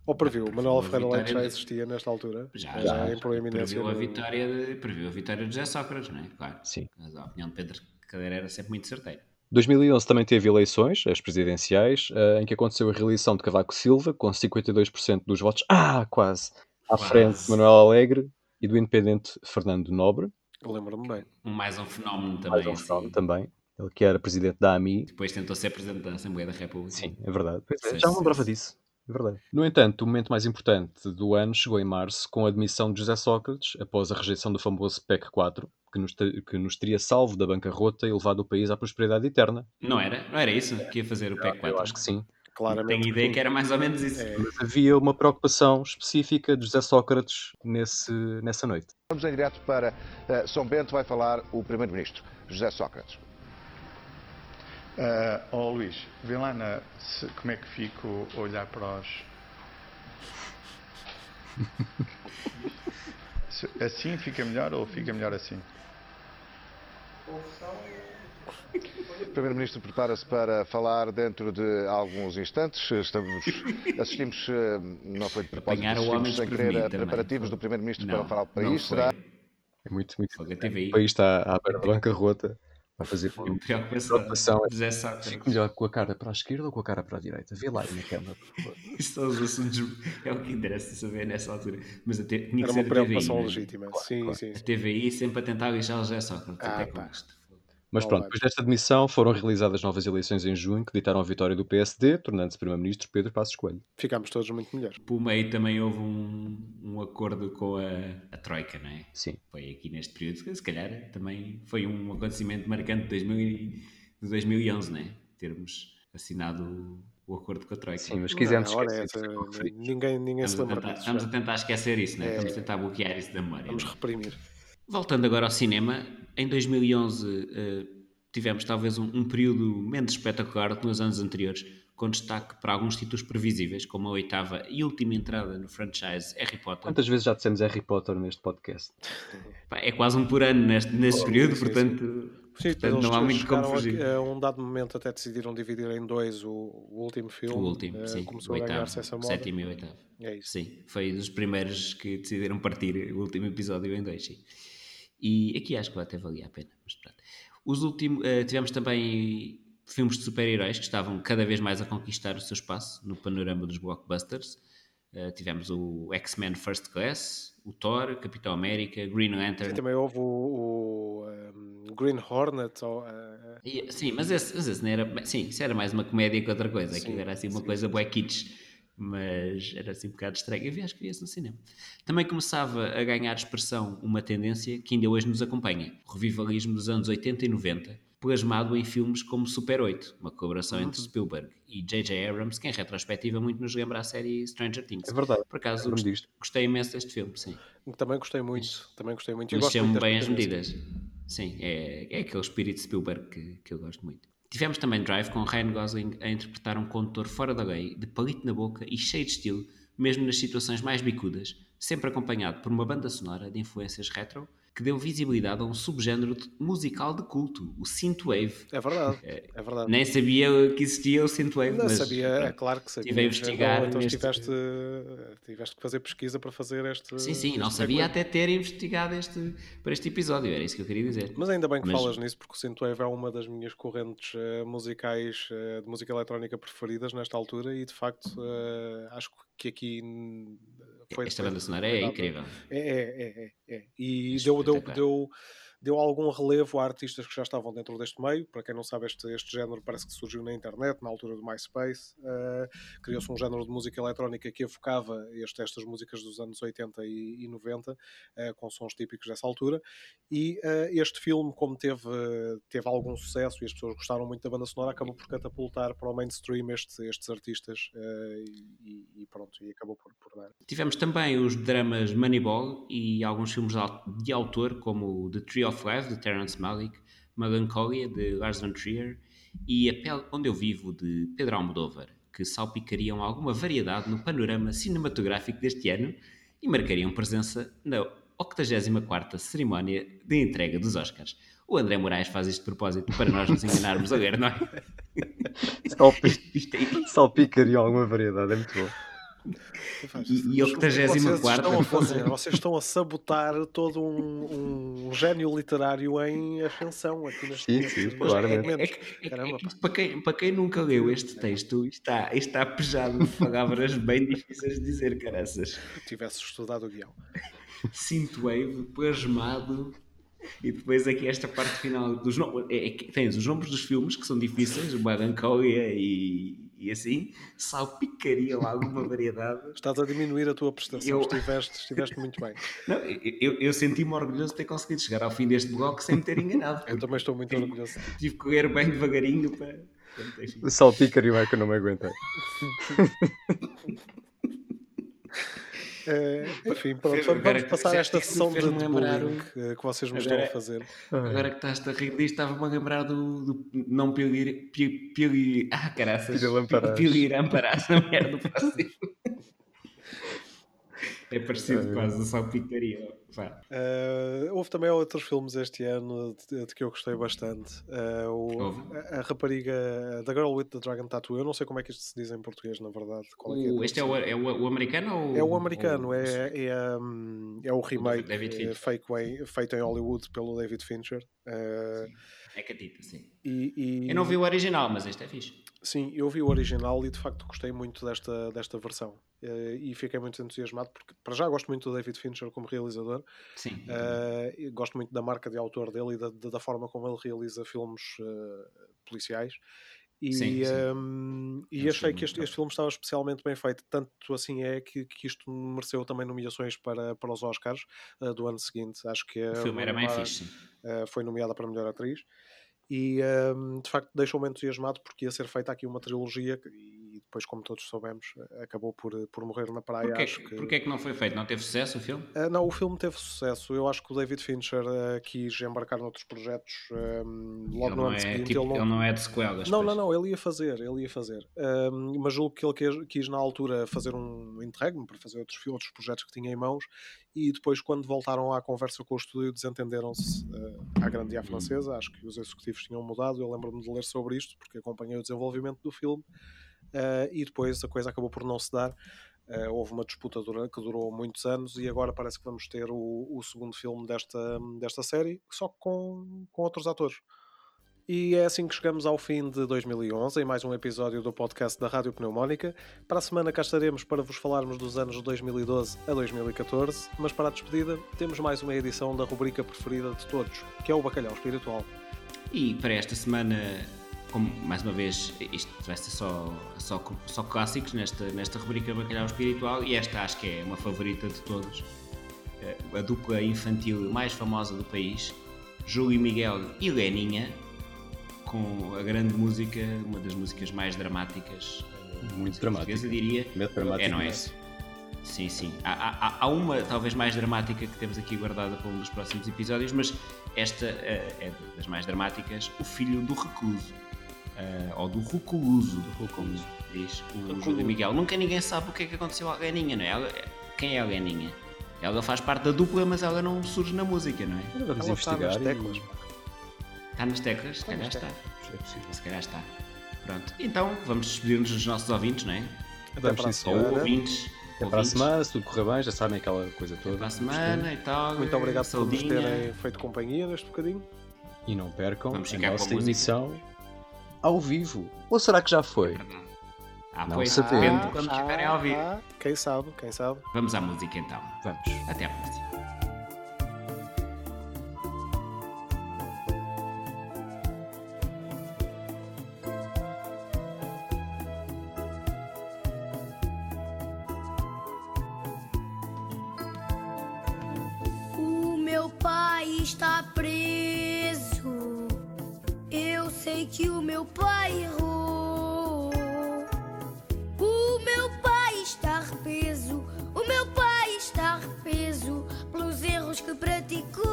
B: Ou previu, Manuela Ferreira Leite já existia nesta altura.
C: Já,
B: Era
C: já.
B: em proeminência.
C: Previu a
B: no-
C: vitória de, previu a vitória de José Sócrates, não é? Claro.
A: Sim.
C: Mas a opinião de Pedro Cadeira era sempre muito certeira.
A: 2011 também teve eleições, as presidenciais, eh, em que aconteceu a reeleição de Cavaco Silva, com 52% dos votos, ah, quase, à
C: Quase.
A: frente de Manuel Alegre e do independente Fernando Nobre,
B: Eu lembro-me bem.
C: Mais um fenómeno também.
A: mais um fenómeno também, ele que era presidente da AMI,
C: Depois tentou ser presidente da Assembleia da República. Sim,
A: é verdade.
C: Sim,
A: já
C: sim,
A: me lembrava disso, é verdade. No entanto, o momento mais importante do ano chegou em março, com a admissão de José Sócrates, após a rejeição do famoso PEC 4, que nos, te- que nos teria salvo da bancarrota e levado o país à prosperidade eterna.
C: Não era? Não era isso que ia fazer o PEC 4? Eu acho que
A: sim.
B: Claramente.
C: Tenho ideia que era mais ou menos isso.
A: Mas havia uma preocupação específica de José Sócrates nesse, nessa noite.
P: Vamos em direto para eh, São Bento, vai falar o Primeiro-Ministro, José Sócrates.
Q: Ah, ó Luís, vê lá na- se- como é que fico a olhar para os. Se- Assim fica melhor ou fica melhor assim?
P: O Primeiro-Ministro prepara-se para falar dentro de alguns instantes. Estamos, assistimos, eh, não foi de propósito,
C: Apanhar o homem
P: assistimos sem querer a
C: desprevenido também.
P: preparativos do Primeiro-Ministro para
C: Não,
P: falar o
C: não
P: país.
C: foi.
P: Será
A: É muito, muito.
C: TVI.
A: O país está à beira da bancarrota. Vai fazer uma preocupação.
C: é
A: é
C: José Sócrates.
A: Fico melhor com a cara para a esquerda ou com a cara para a direita? Vê lá aí na câmara, por favor.
C: Isso são os assuntos. É o que interessa saber nessa altura. Mas até, tinha que
B: Era
C: ser
B: uma
C: a
B: preocupação
C: TVI, não é?
B: legítima. sim, sim.
C: A TVI sempre a tentar lixar o José Sócrates. até com isto.
A: Mas pronto, depois desta admissão foram realizadas novas eleições em junho que ditaram a vitória do PSD, tornando-se primeiro-ministro Pedro Passos Coelho.
B: Ficámos todos muito melhores.
C: Por meio também houve um, um acordo com a, a Troika, não é?
A: Sim.
C: Foi aqui neste período, que se calhar também foi um acontecimento marcante de, 2000 e- de 2011, não é? Termos assinado o, o acordo com a Troika. Sim,
A: mas quisemos
B: Não, ora,
C: é
B: essa- ninguém, ninguém se
C: Estamos a,
B: lembra
C: tentar,
B: disso.
C: estamos a tentar esquecer isso, não é?
B: É.
C: Estamos a tentar bloquear isso da memória. é?
B: Vamos reprimir.
C: Voltando agora ao cinema, em 2011 eh, tivemos talvez um, um período menos espetacular do que nos anos anteriores, com destaque para alguns títulos previsíveis, como a oitava e última entrada no franchise Harry Potter.
A: Quantas vezes já dissemos Harry Potter neste podcast?
C: Pá, É quase um por ano neste, neste
B: Oh,
C: período,
B: sim, sim.
C: portanto,
B: Sim,
C: portanto,
B: eles
C: não há muito como
B: chegaram a-
C: fugir.
B: A um dado momento até decidiram dividir em dois o, o último filme.
C: O último,
B: eh,
C: sim.
B: Começou
C: o
B: a
C: oitavo,
B: ganhar-se essa moda.
C: sétimo e oitavo.
B: É isso.
C: Sim, foi dos primeiros que decidiram partir o último episódio em dois, sim. E aqui acho que vai até valer a pena. Mas pronto. Os últimos, eh, tivemos também filmes de super-heróis que estavam cada vez mais a conquistar o seu espaço no panorama dos blockbusters. Eh, tivemos o X-Men First Class, o Thor, Capitão América, Green
B: E
C: Lantern.
B: também houve o, o, ehm, Green Hornet. Ou, eh,
C: E- Sim, mas esse, mas esse não era. Sim, isso era mais uma comédia que outra coisa. Aquilo
B: Sim,
C: era assim uma coisa bué kitsch, mas era assim um bocado estranho. Eu vi, acho que vi isso no cinema. Também começava a ganhar expressão uma tendência que ainda hoje nos acompanha: o revivalismo dos anos 80 e 90, plasmado em filmes como Super 8, uma colaboração entre
A: Uhum.
C: Spielberg e J.J. Abrams, que em retrospectiva muito nos lembra a série Stranger Things.
A: É verdade.
C: Por acaso,
A: Lembro-me
C: gost- gostei imenso deste filme, sim.
B: Também gostei muito. Também gostei muito. Eu
C: Mas
B: gosto
C: chamo
B: muito da
C: bem as
B: referência.
C: medidas. Sim, é, é aquele espírito de Spielberg que, que eu gosto muito. Tivemos também Drive com Ryan Gosling a interpretar um condutor fora da lei, de palito na boca e cheio de estilo, mesmo nas situações mais bicudas, sempre acompanhado por uma banda sonora de influências retro que deu visibilidade a um subgénero de- musical de culto, o synthwave.
B: É verdade. É verdade.
C: Nem sabia que existia o synthwave,
B: Não
C: mas
B: sabia, é claro que sabia.
C: Estive a investigar.
B: Então,
C: neste-
B: tiveste, tiveste que fazer pesquisa para fazer este.
C: Sim, sim, não
B: este
C: sabia
B: segmento.
C: até ter investigado este, para este episódio, era isso que eu queria dizer.
B: Mas ainda bem que
C: Mas-
B: falas nisso, porque o Synthwave é uma das minhas correntes eh, musicais eh, de música eletrónica preferidas nesta altura e de facto eh, acho que aqui hum, foi.
C: Esta
B: foi-
C: banda sonora
B: foi
C: é
B: dado-
C: incrível.
B: É, é, é, é, é. E deu, deu, deu, deu algum relevo a artistas que já estavam dentro deste meio. Para quem não sabe, este, este género parece que surgiu na internet, na altura do MySpace. Eh, Criou-se um género de música eletrónica que evocava este- estas músicas dos anos 80 e, e 90, eh, com sons típicos dessa altura. E eh, este filme, como teve, teve algum sucesso e as pessoas gostaram muito da banda sonora, acabou por catapultar para o mainstream este- estes artistas. eh, e, e pronto, e acabou por, por dar.
C: Tivemos também os dramas Moneyball e alguns filmes de au- de autor, como o The Tree of Life, de Terence Malick, Melancholia, de Lars von Trier, e A Pele Onde Eu Vivo, de Pedro Almodóvar, que salpicariam alguma variedade no panorama cinematográfico deste ano e marcariam presença na 84ª cerimónia de entrega dos Oscars. O André Moraes faz isto de propósito para nós nos enganarmos a ler, não é?
A: Salpi- Salpicariam é alguma variedade, é muito bom.
C: E, e a
B: Vocês- Vocês
C: 84ª...
B: estão a fazer, vocês estão a sabotar todo um, um gênio literário em ascensão aqui neste
C: Sim,
B: neste-
C: sim,
B: neste
C: claramente.
B: segmento.
C: É
B: Caramba, pá.
C: Para quem, para quem nunca leu este texto, isto está, isto está pejado de palavras bem difíceis de dizer, caraças.
B: Tivesse estudado o guião.
C: Synthwave, plasmado, e depois aqui esta parte final dos no- é, é que tens os nomes dos filmes que são difíceis, o Melancholia e, e assim, salpicaria lá alguma variedade.
B: Estás a diminuir a tua prestação.
C: Eu-
B: Estiveste, estiveste muito bem.
C: Não, eu, eu senti-me orgulhoso de ter conseguido chegar ao fim deste bloco sem me ter enganado.
B: Eu também estou muito orgulhoso.
C: Tive que ler bem devagarinho para. portanto, enfim.
A: O salpícario é que eu não me aguentei.
B: Eh, enfim, pronto,
C: Fer-
B: vamos
C: agora que
B: passar
C: disseste
B: esta
C: isso,
B: sessão de de
C: fez-me lembrar
B: bullying
C: o-
B: que, que vocês me estão a
C: Agora-
B: fazer.
C: Agora que estás a rir disto, estava-me a lembrar do, do não pilir, pi- pilir, ah, caraças,
A: Pirilamparás.
C: piliramparás, na merda, do próximo. É parecido quase a salpicaria. Vá.
B: Eh, houve também outros filmes este ano de, de que eu gostei bastante. Eh, o-
C: Houve?
B: a, a rapariga The Girl with the Dragon Tattoo. Eu não sei como é que isto se diz em português, na verdade. Qual é que
C: O- este é o, é o- o americano ou
B: É o americano,
C: ou-
B: é, é, hum, é o remake
C: David
B: eh,
C: Fincher.
B: feito, em, feito em Hollywood pelo David Fincher. eh,
C: É catita, sim.
B: e, e-
C: Eu não vi o original, mas este é fixe.
B: Sim, eu vi o original e de facto gostei muito desta, desta versão. Eh, e fiquei muito entusiasmado porque, para já, gosto muito do David Fincher como realizador.
C: Sim.
B: Eh, e gosto muito da marca de autor dele e da, da- da forma como ele realiza filmes eh, policiais. E,
C: Sim, É um sim.
B: ehm, e achei que este, este filme estava especialmente bem feito. Tanto assim é que, que isto mereceu também nomeações para, para os Oscars eh, do ano seguinte. Acho que é
C: O filme era bem
B: uma-
C: fixe, sim.
B: eh, foi nomeada para melhor atriz e ehm, de facto deixou-me entusiasmado porque ia ser feita aqui uma trilogia que- e depois, como todos soubemos, acabou por, por morrer na praia.
C: Porquê,
B: acho
C: que-
B: que-
C: porquê que não foi feito? Não teve sucesso o filme?
B: Ah, não, o filme teve sucesso. Eu acho que o David Fincher ah, quis embarcar noutros projetos ah, logo
C: Ele
B: no
C: não
B: ano
C: é
B: seguinte.
C: tipo- ele não é de sequelas,
B: Não,
C: pois.
B: não, não, ele ia fazer, ele ia fazer. Ah, mas julgo que ele quis, quis, na altura fazer um interregno para fazer outros, fi- outros projetos que tinha em mãos e depois quando voltaram à conversa com o estúdio desentenderam-se ah, à grande e à francesa. Acho que os executivos tinham mudado. Eu lembro-me de ler sobre isto porque acompanhei o desenvolvimento do filme. Uh, e depois a coisa acabou por não se dar. Uh, houve uma disputa dura- que durou muitos anos e agora parece que vamos ter o, o segundo filme desta, desta série, só que com, com outros atores. E é assim que chegamos ao fim de 2011 em mais um episódio do podcast da Rádio Pneumónica. Para a semana cá estaremos para vos falarmos dos anos de 2012 a 2014, mas para a despedida temos mais uma edição da rubrica preferida de todos, que é o Bacalhau Espiritual.
C: E para esta semana, como mais uma vez, isto vai ser só, só, só clássicos nesta, nesta rubrica Bacalhau Espiritual, e esta acho que é uma favorita de todos. Eh, A dupla infantil mais famosa do país, Júlio Miguel e Leninha, com a grande música, uma das músicas mais dramáticas. Muito dramática. Eu diria.
A: dramático
C: é, não é?
A: mesmo.
C: Sim, sim. Há, há- há- há uma talvez mais dramática que temos aqui guardada para um dos próximos episódios, mas esta eh, é das mais dramáticas: O Filho do Recluso. Eh, ou do Recluso, como diz o Júlio Miguel. Nunca ninguém sabe o que é que aconteceu à Leninha, não é? Ela- quem é a Leninha? Ela faz parte da dupla, mas ela não surge na música, não é?
A: Vamos
C: ela
A: investigar.
C: Está nas teclas,
A: teclas.
C: está nas teclas? se calhar está.
A: Está nas teclas. É possível.
C: Se calhar está. Pronto. Então, vamos despedir-nos dos nossos ouvintes, não é?
A: Vamos, sim,
C: Ou
A: senhora.
C: ouvintes.
A: Até para a
C: ouvintes.
A: semana, se tudo correr bem, já sabem aquela coisa toda. Até para a
C: semana e tal. eh,
B: Muito obrigado por
A: saudinha.
B: nos terem feito companhia neste bocadinho.
A: E não percam
C: Vamos
A: a
C: ficar com a
A: nossa
C: música.
A: emissão ao vivo. Ou será que já foi? não
C: Ah, pois,
A: sabemos.
C: depende. Vamos ficarem a ouvir.
B: Ah, quem sabe, quem sabe.
C: Vamos à música então. Vamos. Até à próxima.
R: O meu pai está preso. Eu sei que o meu pai errou. O meu pai está repeso. O meu pai está repeso pelos erros que praticou.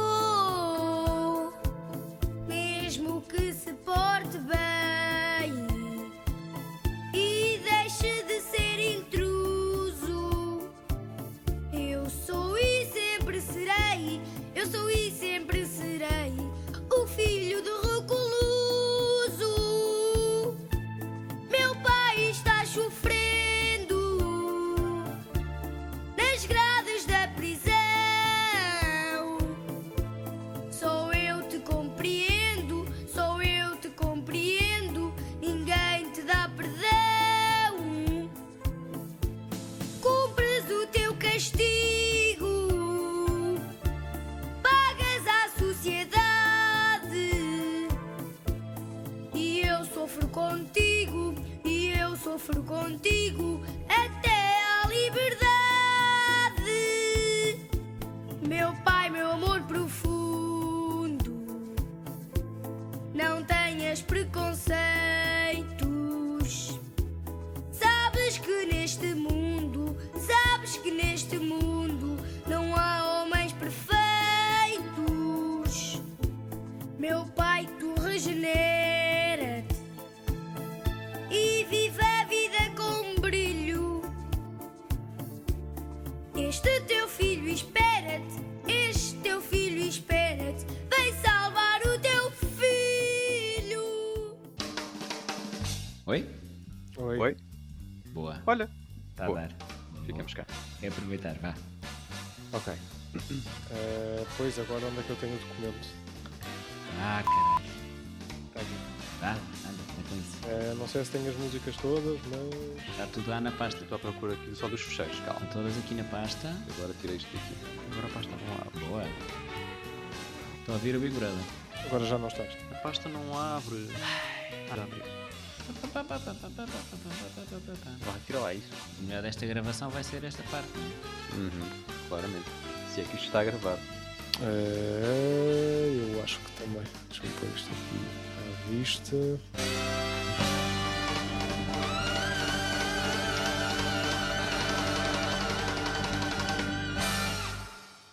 R: Mesmo que se porte bem e deixe de ser intruso. Eu sou e sempre serei, eu sou e sempre serei o filho do recluso. Meu pai está sofrendo nas grades da prisão. Só eu te compreendo, só eu te compreendo, ninguém te dá perdão cumpres o teu castigo, pagas à sociedade. E eu sofro contigo, e eu sofro contigo até à liberdade. Meu pai, meu amor profundo, não tenhas preconceitos. Sabes que neste mundo, sabes que neste mundo não há homens perfeitos. Meu pai, tu regenera-te e vive a vida com um brilho. Este teu filho espera-te, este teu filho espera-te, vem salvar o teu filho.
C: Oi?
B: Oi.
C: Boa.
F: Olha.
C: Está a
F: Boa.
C: dar. Ficamos cá. É aproveitar, vá.
F: Ok.
B: Eh, pois agora onde é que eu tenho o documento?
C: Ah, caralho.
B: Está aqui.
C: Vá, anda, então isso.
B: Eh, não sei se tenho as músicas todas, mas.
C: Está tudo lá na pasta.
F: Estou à procura aqui só dos fecheiros, calma.
C: Estão todas aqui na pasta.
F: Agora tirei isto daqui. Agora a pasta não abre.
C: Boa. Estou tá a ouvir o Big Brother.
B: Agora já não estás.
F: A pasta não abre. Ah, já abriu. Vá, tira lá isso.
C: O melhor desta gravação vai ser esta parte. não é?
F: Uhum, claramente. Se é que isto está gravado.
B: É, Eh, eu acho que também. Deixa-me pôr isto aqui à vista.